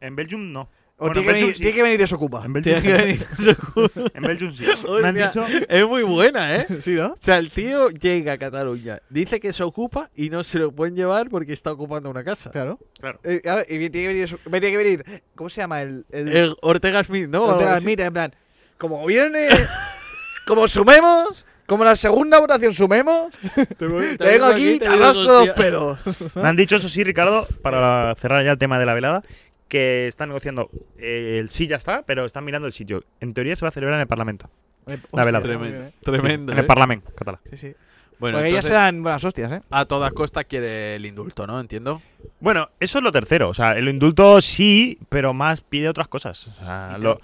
B: En Belgium no.
C: ¿O
B: Bueno,
C: tiene, que
B: Belgium
C: venir,
B: sí.
C: tiene que venir de se ocupa?
A: [LAUGHS]
B: En
A: Tiene [LAUGHS] que
B: Belgium,
A: venir su-
B: en Belgium sí.
C: [LAUGHS]
B: Me han
A: Hostia.
B: dicho...
A: Es muy buena, ¿eh?
C: Sí, ¿no?
A: O sea, el tío llega a Cataluña, dice que se ocupa y no se lo pueden llevar porque está ocupando una casa.
C: Claro.
B: Claro.
C: Eh, a ver, y bien, tiene que venir, de so- tiene que venir. ¿Cómo se llama el. el,
A: El Ortega Smith, ¿no?
C: Ortega
A: Algo así.
C: Smith, en plan. Como viene. [LAUGHS] como sumemos. Como la segunda votación sumemos.
A: Te voy- te
C: Tengo
A: vengo
C: aquí, te
A: digo,
C: arrastro dos
A: hostia.
C: pelos.
B: Me han dicho, eso sí, Ricardo, para cerrar ya el tema de la velada, que están negociando. eh, el sí ya está, pero están mirando el sitio. En teoría se va a celebrar en el Parlamento.
C: Hostia,
B: velada.
C: muy bien,
A: Tremendo,
C: eh.
A: tremendo.
B: En el
A: ¿eh?
B: Parlamento catalán.
C: Sí, sí.
A: Bueno,
C: Porque ya
A: entonces,
C: se dan buenas hostias, ¿eh?
A: a toda costa quiere el indulto, ¿no? Entiendo.
B: Bueno, eso es lo tercero. O sea, el indulto sí, pero más pide otras cosas. O sea,
C: Y
B: lo-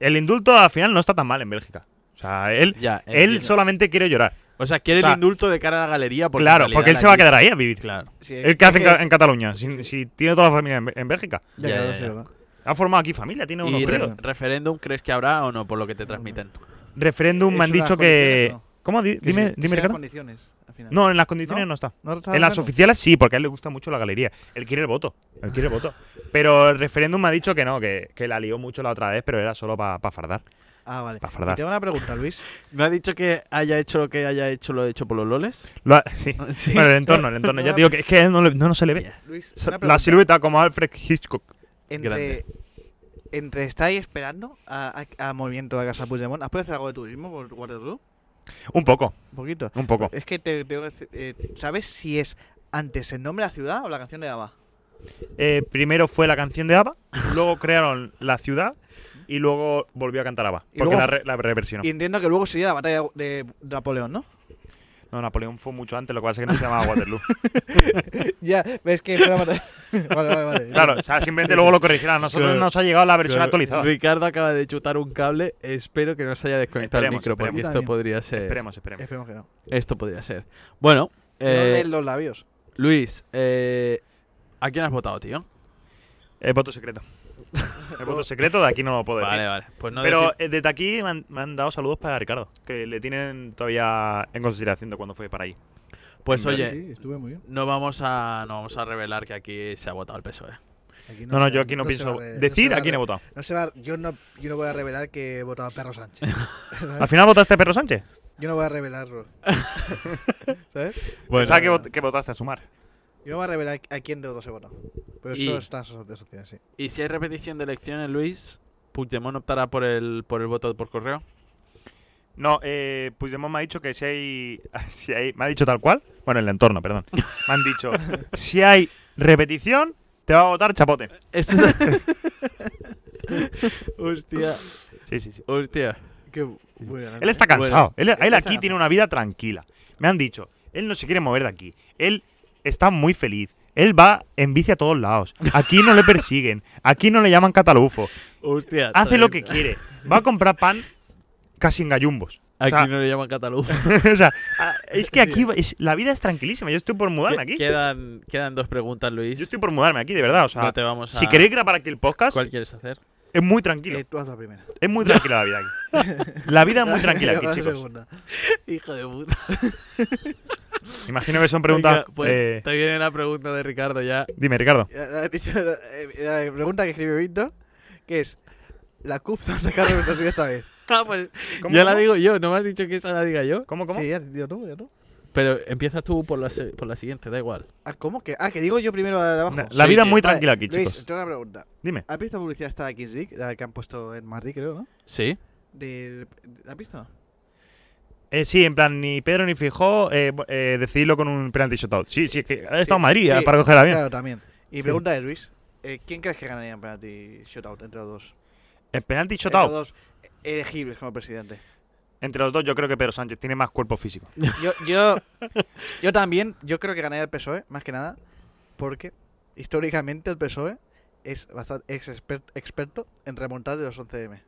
B: el indulto al final no está tan mal en Bélgica. O sea, él,
A: Ya,
B: él
A: entiendo.
B: solamente quiere llorar.
A: O sea, quiere
B: o sea,
A: el indulto de cara a la galería. Porque en
B: claro,
A: realidad
B: porque él se va a
A: allí-
B: quedar ahí a vivir.
A: Claro.
C: Sí,
B: ¿El que
C: es
B: hace en,
C: que-
B: Ca- en Cataluña? Si, si tiene toda la familia en, en Bélgica.
C: Ya,
A: Ya,
C: claro,
A: ya,
C: sí,
A: ya.
C: ¿verdad?
B: Ha formado aquí familia, tiene unos
A: ¿Y
B: críos.
A: ref- referéndum crees que habrá o no por lo que te transmiten?
B: Referéndum
C: ¿Es
B: me han
C: unas
B: dicho que.
C: condiciones o
B: ¿Cómo? Di-
C: Que se-
B: Dime,
C: que
B: dime,
C: sean
B: Ricardo.
C: condiciones, al final.
B: No, en las condiciones
C: ¿No?
B: no está.
C: ¿No está
B: En las
C: hablando?
B: oficiales sí, porque a él le gusta mucho la galería. Él quiere el voto. Él quiere el voto. Pero el referéndum me ha dicho que no, que, que la lió mucho la otra vez, pero era solo para fardar.
C: Ah, vale.
B: Pa' fardar.
C: Y tengo una pregunta, Luis.
A: ¿No ha dicho que haya hecho lo que haya hecho lo hecho por los loles?
B: Lo ha- [LAUGHS] sí.
A: [LAUGHS] Sí.
B: Bueno, el entorno, el entorno. Ya te digo que es que a él no, le- no, no se le ve.
A: Ya.
C: Luis,
B: Se-
C: una
B: La
C: pregunta.
B: silueta como Alfred Hitchcock.
C: Entre,
A: grande.
C: entre estar ahí esperando a, a- a movimiento de la casa Puigdemont, ¿has podido hacer algo de turismo por Waterloo?
B: Un poco,
C: Un poquito.
B: un poco.
C: Es que te, tengo que decir, eh, ¿sabes si es antes el nombre de la ciudad o la canción de ABBA?
B: Eh, primero fue la canción de ABBA, luego crearon la ciudad y luego volvió a cantar ABBA.
C: Y
B: Porque
C: luego-
B: la, re- la reversionó.
C: Y entiendo que luego sería la batalla de Napoleón, ¿no?
B: No, Napoleón fue mucho antes, lo que pasa es que no se
C: [LAUGHS]
B: llamaba Waterloo.
C: ya, ves que fue la batalla. [LAUGHS] vale, vale, vale.
B: claro, o sea, simplemente luego lo corrigirán. A nosotros
A: Claro.
B: nos ha llegado la versión
A: Pero
B: actualizada.
A: Ricardo acaba de chutar un cable. Espero que no se haya desconectado el
B: Esperemos,
A: micro, porque
C: esperemos.
A: esto podría ser.
B: Esperemos, esperemos.
C: Esperemos que no.
A: Esto podría ser. Bueno,
C: Que no
A: eh,
C: leen los labios.
A: Luis, eh, ¿a quién has votado, tío?
B: El voto secreto. El voto secreto de aquí no lo puedo decir.
A: Vale, vale. Pues no
B: Pero
A: decir-
B: eh, desde aquí me han, me han dado saludos para Ricardo, que le tienen todavía en consideración de cuando fue para ahí.
A: pues oye,
C: Sí, estuve muy bien.
A: no vamos a no vamos a revelar que aquí se ha votado el PSOE.
C: Aquí
B: No, no, yo aquí no,
C: se
B: pienso
C: va a re- no se
B: decir
C: va
B: a quién he
C: re-
B: votado.
C: No se va, yo, no, yo no voy a revelar que he votado a Perro
B: [LAUGHS]
C: Sánchez. ¿sabes?
B: ¿Al final votaste a Perro Sánchez?
C: Yo no voy a revelarlo. ¿Sabes?
B: Pensaba que, vot- que votaste a Sumar.
C: Yo no voy a revelar a quién de los dos he votado. Pero
A: Y-
C: eso está en sus- de sus opciones, sí.
A: ¿Y si hay repetición de elecciones, Luis? ¿Puigdemont optará por el, por el voto por correo?
B: No, eh, Puigdemont me ha dicho que si hay, [LAUGHS] si hay... Me ha dicho tal cual. Bueno, en el entorno, perdón. Me han [LAUGHS] dicho, si hay repetición, te va a votar Chapote.
A: [LAUGHS] Eso- [LAUGHS] hostia,
B: Sí, sí, sí.
A: hostia.
C: Qué bueno.
B: Él está cansado. él, él
C: está
B: aquí
C: cansado.
B: tiene una vida tranquila. Me han dicho, él no se quiere mover de aquí. Él está muy feliz. Él va en bici a todos lados. Aquí no le persiguen. Aquí no le llaman catalufo.
A: Hostia.
B: Hace lo que
A: tremendo.
B: quiere. Va a comprar pan casi en gallumbos. O sea,
A: Aquí no le llaman Cataluña. [LAUGHS]
B: [LAUGHS] o sea, a- es que aquí va- es- la vida es tranquilísima. Yo estoy por mudarme aquí.
A: Quedan, quedan dos preguntas, Luis.
B: Yo estoy por mudarme aquí, de verdad. O sea,
A: no te vamos a...
B: si queréis grabar aquí el podcast,
A: ¿Cuál quieres hacer?
B: es muy tranquilo.
C: Eh, tú haz la primera.
B: Es muy tranquila la vida aquí. La vida es muy tranquila
C: Yo [LAUGHS]
B: aquí,
C: la
B: chicos.
C: segunda.
A: Hijo de puta.
B: Imagino que son preguntas.
A: Venga, pues,
B: eh,
A: Te viene la pregunta de Ricardo [LAUGHS] ya.
B: dime, Ricardo.
C: Ya- ya he dicho La, eh, la pregunta que escribe Víctor, que es, ¿la CUP no ha sacado representación esta vez?
A: Ah, pues,
B: ¿Cómo,
A: ya
B: cómo?
A: la digo yo, no me has dicho que esa la diga yo.
B: ¿Cómo, cómo?
C: Sí, ya, digo tú, ya tú.
A: Pero empiezas tú por la, se- por la siguiente, da igual.
C: Ah, ¿cómo que? Ah, que digo yo primero la de abajo.
B: Na- la
A: Sí,
B: vida
A: que-
B: es muy
C: eh, Vale,
B: tranquila aquí,
C: Luis,
B: chicos.
C: tengo una pregunta.
B: Dime.
C: ¿Has visto publicidad esta de Kings League? La que han puesto en Madrid, creo, ¿no?
A: Sí.
C: Del- ¿La has visto?
B: Eh, sí, en plan, ni Pedro ni Fijó, eh, bo- eh, decidirlo con un penalti shotout. Sí, sí, es que ha estado en
C: sí,
B: Madrid eh,
C: sí.
B: para coger el avión.
C: Claro, también. Y pregunta de Luis. eh, ¿Quién crees que ganaría en penalti shootout entre los dos?
B: El penalti
C: Entre los
B: shotout.
C: dos elegibles como presidente.
B: Entre los dos, yo creo que Pedro Sánchez tiene más cuerpo
C: [LAUGHS]
B: físico.
C: Yo,
B: [LAUGHS]
C: yo, yo también, yo creo que ganaría el PSOE, E, más que nada, porque históricamente el PSOE E es bastante es exper- experto en remontar de los 11M.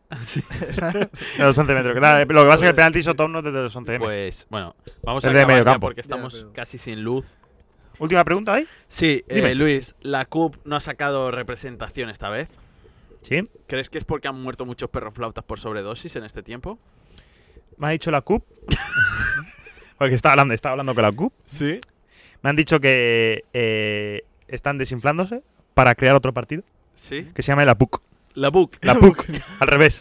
B: De los 11 metros. Claro, eh, lo que pasa es que el penalti shotout no es desde los 11 metros.
A: Pues bueno, vamos
B: Es
A: a
B: de
A: acabar
B: medio
A: ya
B: campo.
A: porque estamos
C: Ya, pero-
A: casi sin luz.
C: Pues.
B: Última pregunta ahí.
A: Sí, eh,
B: Dime.
A: Luis, la CUP no ha sacado representación esta vez.
B: Sí.
A: ¿Crees que es porque han muerto muchos perros flautas por sobredosis en este tiempo?
B: Me ha dicho la CUP. [LAUGHS] Porque estaba hablando, estaba hablando con la CUP.
A: Sí.
B: Me han dicho que eh, están desinflándose para crear otro partido
A: ¿Sí?
B: que se llama la PUC.
A: La PUC.
C: [LAUGHS]
B: La PUC. Al revés.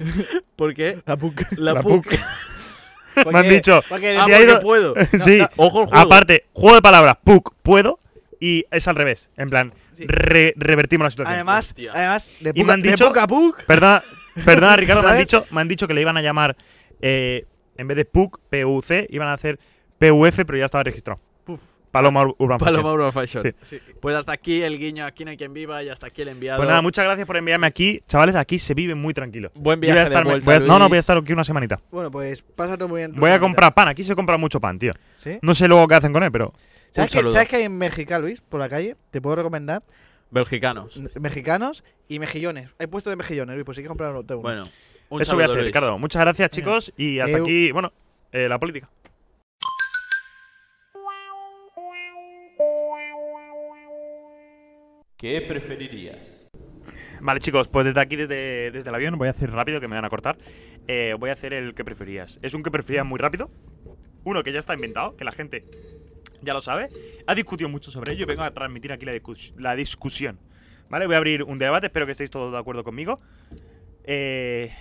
A: ¿Por qué?
C: La PUC.
A: [LAUGHS] La,
B: La
A: PUC.
B: [LAUGHS] Me han dicho.
C: Porque
B: si
A: Ah,
B: hay
A: porque
B: do- [LAUGHS]
A: puedo.
B: sí.
A: Ojo el juego.
B: Aparte, juego de palabras, PUC, puedo, y es al revés. En plan,
C: Sí.
B: re- revertimos la situación.
C: además,
A: Hostia.
C: además, de
B: Y me
C: puca,
B: han dicho-
C: de puca PUC.
B: Perdona,
A: [LAUGHS]
B: perdona Ricardo, me han,
C: ¿Sabes?
B: dicho, me han dicho que le iban a llamar, eh, en vez de PUC, PUC, iban a hacer PUF, pero ya estaba registrado. Paloma Ur- Urban Fashion.
A: [LAUGHS] Paloma Urban Fashion.
B: Sí.
A: Pues hasta aquí el guiño, aquí no hay quien viva y hasta aquí el enviado.
B: Pues nada, muchas gracias por enviarme aquí. Chavales, aquí se vive muy tranquilo.
A: Buen viaje
B: Yo voy a
A: de
B: estar,
A: vuelta,
B: voy a- no, no,
A: Luis.
B: voy a estar aquí una semanita.
C: Bueno, pues pásate muy bien. tu
B: Voy a
C: semanita.
B: comprar pan, aquí se compra mucho pan, tío.
C: ¿Sí?
B: No sé luego qué hacen con él, pero...
C: ¿Sabes,
A: saludo.
C: que, ¿Sabes que hay en México, Luis, por la calle? Te puedo recomendar
A: Belgicanos.
C: n- mexicanos y mejillones. Hay puestos de mejillones, Luis, pues hay que comprar uno.
A: Bueno, un
B: Eso voy
A: saludo,
B: a hacer,
A: Luis.
B: Ricardo. Muchas gracias, chicos, y hasta
C: Eu-
B: aquí, bueno, eh, la política.
A: ¿Qué preferirías?
B: Vale, chicos, pues desde aquí, desde, desde el avión, voy a hacer rápido que me van a cortar. Eh, voy a hacer el que preferías. Es un que preferías muy rápido. Uno que ya está inventado, que la gente ya lo sabe. Ha discutido mucho sobre ello y vengo a transmitir aquí la, discus- la discusión. Vale, voy a abrir un debate, espero que estéis todos de acuerdo conmigo. Eh,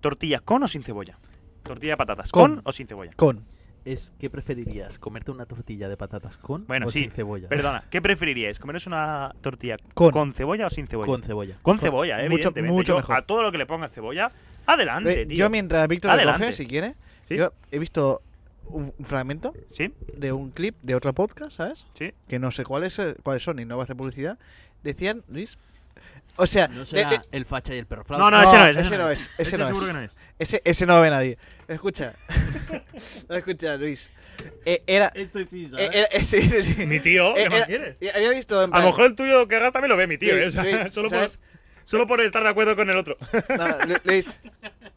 B: ¿Tortilla con o sin cebolla? Tortilla de patatas, ¿con,
C: Con.
B: o sin cebolla?
C: Con.
A: es ¿qué preferirías? ¿Comerte una tortilla de patatas con
B: Bueno,
A: o
B: sí,
A: sin cebolla?
B: Perdona, ¿qué preferiríais? ¿Comeros una tortilla
C: Con.
B: con, cebolla o sin cebolla?
A: Con cebolla.
B: Con cebolla, eh,
C: mucho-
B: evidentemente.
C: mucho
B: Yo
C: mejor.
B: A todo lo que le pongas cebolla,
C: Ve,
B: adelante, tío.
C: Yo mientras Víctor lo
B: Adelante.
C: coge, si quiere,
D: ¿Sí?
C: yo he visto un, un fragmento
B: ¿Sí?
C: de un clip de otro podcast, ¿sabes?
B: ¿Sí?
C: Que no sé cuáles eh, cuáles son y no va a hacer publicidad. Decían, Luis. O sea,
A: No
C: de-
A: será
C: de-
A: el facha y el perro flauta.
B: Eh, No, no, ese no es.
C: ese no es. Ese no
B: seguro
C: es.
B: que no es.
C: Ese, ese no lo ve nadie. Escucha. [LAUGHS] Escucha, Luis. Eh, era.
A: Este sí,
C: eh,
A: ¿sabes?
C: era eh, sí, sí, sí.
B: Mi tío, ¿qué
C: Eh,
B: más
C: era-
B: quieres?
C: eh, había visto. En
B: A
C: plan-
B: lo mejor el tuyo que hagas también lo ve mi tío,
C: Luis,
B: eh, [LAUGHS] o sea,
C: Luis,
B: solo, por,
C: ¿sabes?
B: solo por estar de acuerdo con el otro.
C: No, Lu- Luis.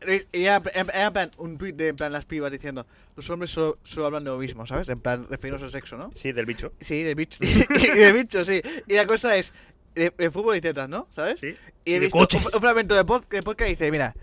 C: Luis, y era, en- era en plan un tweet de en plan las pibas diciendo: Los hombres solo, solo hablan de lo mismo, ¿sabes? En plan, referirnos al sexo, ¿no?
B: [LAUGHS] Sí, del bicho.
C: Sí, de bicho. [LAUGHS] y de bicho, sí. Y la cosa es: de, de fútbol y tetas, ¿no? ¿Sabes?
B: Sí.
C: Y
B: Y
C: he
B: de
C: visto
B: coches. [LAUGHS]
C: un, un fragmento de, pod- de podcast y dice: Mira,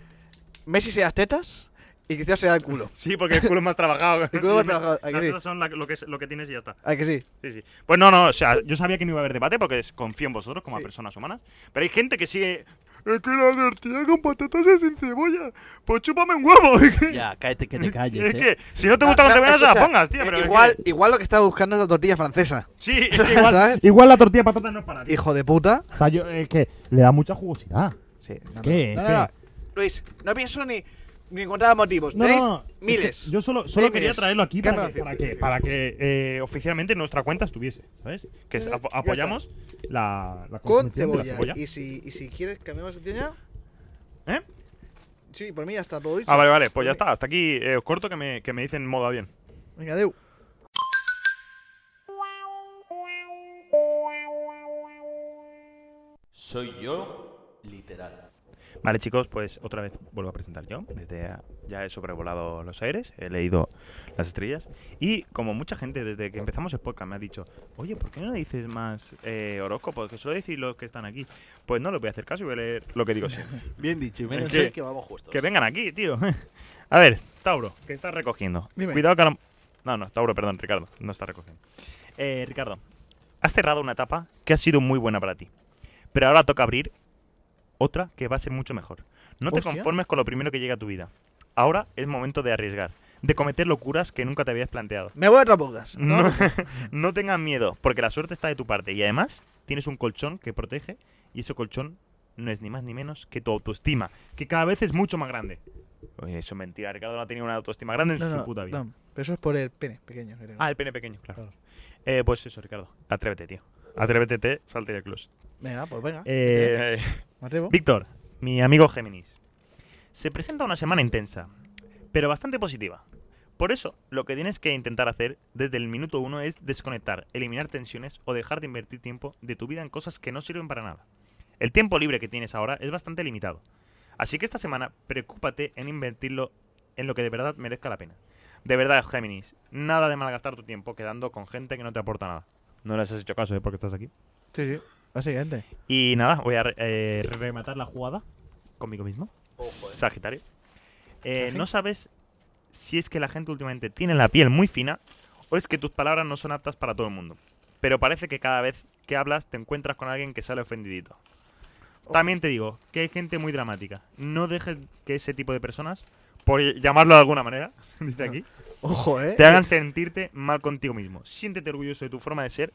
C: Messi se da las tetas y quizás se da el culo.
B: Sí, porque el culo es más trabajado.
C: El culo más trabajado, ¿a que
B: Las
C: sí?
B: tetas son la- lo, que es- lo que tienes y ya está.
C: ¿A que sí?
B: Sí, sí. Pues no, no, o sea, yo sabía que no iba a haber debate porque es- confío en vosotros como
C: Sí.
B: a personas humanas. Pero hay gente que sigue. Es que la tortilla con patatas es sin cebolla. Pues chúpame un huevo. [LAUGHS]
A: Ya, cállate que te calles,
B: eh. es
A: eh.
B: que si no te gusta
C: No,
B: con
C: no,
B: cebolla, no se la
C: escucha,
B: pongas, tío.
C: eh,
B: Pero es que-
C: igual, igual lo que estaba buscando es la tortilla francesa.
B: sí, es que igual.
C: ¿Sabes?
E: Igual la tortilla de patatas no es para ti.
C: Hijo de puta.
E: O sea, yo, es que le da mucha jugosidad.
C: Sí, no, no.
E: ¿Qué?
C: No,
E: ¿Qué?
C: no, no. Luis, no pienso ni, ni encontrar motivos.
E: No,
C: Tenéis
E: no, no, es que
C: miles.
E: Yo solo, solo
C: Tenéis
B: quería
C: miles.
B: traerlo aquí
C: ¿Qué
B: para
C: me
B: que, para
C: hace?
B: que, para que, eh, oficialmente nuestra cuenta estuviese, ¿sabes? Que es- apo- apoyamos la, la
C: Con
E: consumición de la
C: cebolla. Y si, y si quieres, cambiamos de tortilla.
B: ¿Eh?
C: Sí, por mí ya está todo dicho.
B: Ah, vale, vale, pues ya está. Hasta aquí eh, os corto que me, que me dicen moda bien.
C: Venga, Deu.
A: Soy yo, literal.
B: Vale, chicos, pues otra vez vuelvo a presentar yo. Desde ya- ya he sobrevolado los aires, he leído las estrellas. Y como mucha gente desde que empezamos el podcast me ha dicho, oye, ¿por qué no dices más eh, horóscopos? Que solo decís los que están aquí. Pues no, les voy a hacer caso y voy a leer lo que digo siempre.
A: Bien dicho, y menos
B: Es que-
A: hoy que vamos justos.
B: Que vengan aquí, tío. [LAUGHS] A ver, Tauro, que estás recogiendo.
C: Dime.
B: Cuidado que ahora- No, no, Tauro, perdón, Ricardo, no está recogiendo. Eh, Ricardo, has cerrado una etapa que ha sido muy buena para ti. Pero ahora toca abrir otra que va a ser mucho mejor. No te
C: Hostia.
B: conformes con lo primero que llega a tu vida. Ahora es momento de arriesgar, de cometer locuras que nunca te habías planteado.
C: Me voy a otro podcast.
B: No,
C: No.
B: [LAUGHS] no tengas miedo, porque la suerte está de tu parte. Y además, tienes un colchón que protege, y ese colchón no es ni más ni menos que tu autoestima, que cada vez es mucho más grande. Oye, eso es mentira, Ricardo no ha tenido una autoestima grande en
C: No,
B: su
C: no,
B: puta vida.
C: no, pero eso es por el pene pequeño. creo.
B: Ah, el pene pequeño, claro.
C: Claro.
B: Eh, pues eso, Ricardo. Atrévete, tío. Atrévete, te, salte del closet.
C: Venga, pues venga.
B: Eh,
C: me atrevo.
B: Víctor, mi amigo Géminis. Se presenta una semana intensa, pero bastante positiva. Por eso, lo que tienes que intentar hacer desde el minuto uno es desconectar, eliminar tensiones o dejar de invertir tiempo de tu vida en cosas que no sirven para nada. El tiempo libre que tienes ahora es bastante limitado. Así que esta semana, preocúpate en invertirlo en lo que de verdad merezca la pena. De verdad, Géminis, nada de malgastar tu tiempo quedando con gente que no te aporta nada. No les has hecho caso, ¿eh? Porque estás aquí.
C: Sí, sí. Básicamente.
B: Y nada, voy a re- eh, rematar la jugada conmigo mismo. Sagitario. Eh,
C: Sagi.
B: no sabes si es que la gente últimamente tiene la piel muy fina o es que tus palabras no son aptas para todo el mundo. Pero parece que cada vez que hablas te encuentras con alguien que sale ofendidito. También te digo que hay gente muy dramática. No dejes que ese tipo de personas, por llamarlo de alguna manera, [LAUGHS] dice aquí,
C: Ojo, eh.
B: te
C: [LAUGHS]
B: hagan sentirte mal contigo mismo. Siéntete orgulloso de tu forma de ser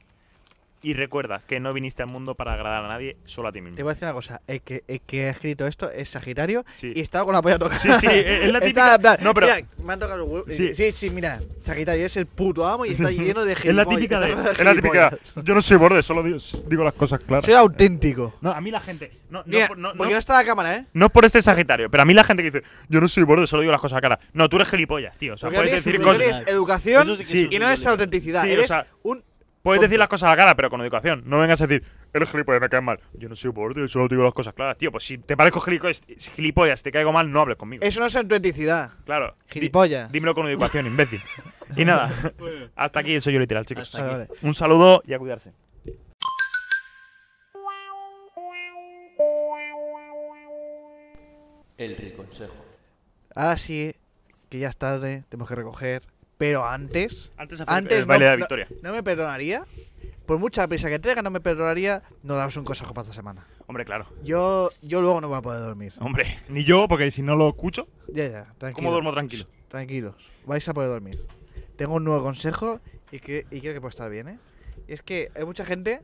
B: y recuerda que no viniste al mundo para agradar a nadie, solo a ti
C: Te
B: mismo.
C: voy a decir una cosa. El que, el que ha escrito esto es Sagitario
B: Sí.
C: y estaba con la polla tocada.
B: Sí, sí, es
C: [LAUGHS]
B: es la
C: Estaba
B: típica.
C: en plan,
B: No, pero
C: Mira, me han tocado los huevos. Sí.
B: Sí.
C: sí, mira. Sagitario es el puto amo y
B: [LAUGHS]
C: está lleno de
B: es la
C: gilipollas,
B: típica de.
C: está [LAUGHS] lleno
B: Es la típica.
C: gilipollas.
B: Yo no soy borde, solo digo, digo las cosas claras.
C: Soy auténtico.
B: No, a mí la gente. No, no,
C: Mira,
B: por- no, no-
C: porque no está la cámara, ¿eh?
B: no por este Sagitario, pero a mí la gente que dice, yo no soy borde, solo digo las cosas claras. No, tú eres gilipollas, tío. O sea,
C: Porque
B: puedes
C: eres,
B: decir
C: porque
B: cosas.
A: gilipollas.
C: eres educación
A: Eso sí que
B: Sí.
A: es un
C: y no es
A: nivel de-
C: autenticidad.
B: Sí, o
C: eres
B: sea,
C: un.
B: Puedes decir
C: tonto.
B: las cosas a la cara, pero con educación. No vengas a decir, eres gilipollas, me caes mal. Yo no soy borde, solo digo las cosas claras. Tío, pues si te parezco gilipollas, si gilipollas te caigo mal, no hables conmigo.
C: Eso no es autenticidad.
B: Claro. Di-
C: Gilipollas.
B: dímelo con educación, imbécil. y [LAUGHS] nada, hasta aquí el soy yo literal, chicos.
A: Hasta aquí.
C: Vale, vale.
B: Un saludo y a cuidarse.
A: El riconsejo.
C: Ahora sí, que ya es tarde, tenemos que recoger. Pero antes.
B: Antes, hacer
C: Antes
B: el baile
C: no,
B: de
C: no-
B: victoria.
C: No, me perdonaría. Por mucha prisa que tenga, no me perdonaría no daros un consejo para esta semana.
B: Hombre, claro.
C: Yo, yo luego no voy a poder dormir.
B: Hombre, ni yo, porque si no lo escucho,
C: Ya, ya, tranquilos.
B: ¿cómo duermo tranquilo? [LAUGHS]
C: Tranquilos, vais a poder dormir. tengo un nuevo consejo y, que, y creo que puede estar bien, ¿eh? Y es que hay mucha gente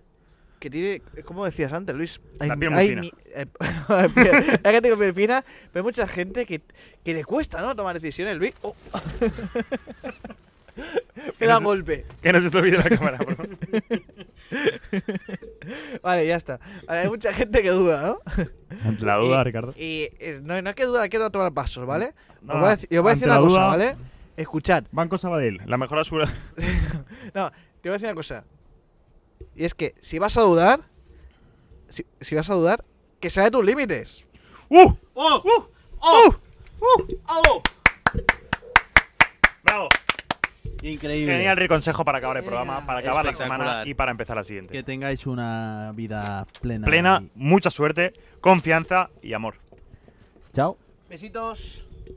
C: que tiene, como decías antes, Luis, hay,
B: La piel muy
C: hay
B: fina.
C: mi- eh, [LAUGHS] no, la piel- la gente con piel fina, pero hay mucha gente que, que le cuesta, ¿no? Tomar decisiones, Luis. Oh. [LAUGHS] Me da
B: Eres-
C: golpe.
B: Que no se te olvide la cámara, bro.
C: [LAUGHS] Vale, ya está. Vale, hay mucha gente que duda, ¿no?
B: La
C: duda,
B: Ricardo.
C: Y eh, no, no es que duda, hay que no tomar pasos, ¿vale?
B: No,
C: os voy a dec- y os voy a
D: ante
C: decir una
D: la
C: cosa,
D: duda-
C: ¿vale? Escuchad,
D: Banco Sabadell.
B: La mejor
C: [LAUGHS]
B: asura.
C: te voy a decir una cosa. Y es que si vas a dudar, si, si vas a dudar, que sea de tus límites.
B: ¡Uh!
F: ¡Oh!
C: ¡Oh!
B: ¡Bravo!
A: Increíble.
B: Genial el consejo para acabar el programa, para acabar la semana
A: Espectacular.
B: y para empezar la siguiente.
A: Que tengáis una vida plena.
B: Plena,
A: y-
B: mucha suerte, confianza y amor.
A: Chao.
C: Besitos.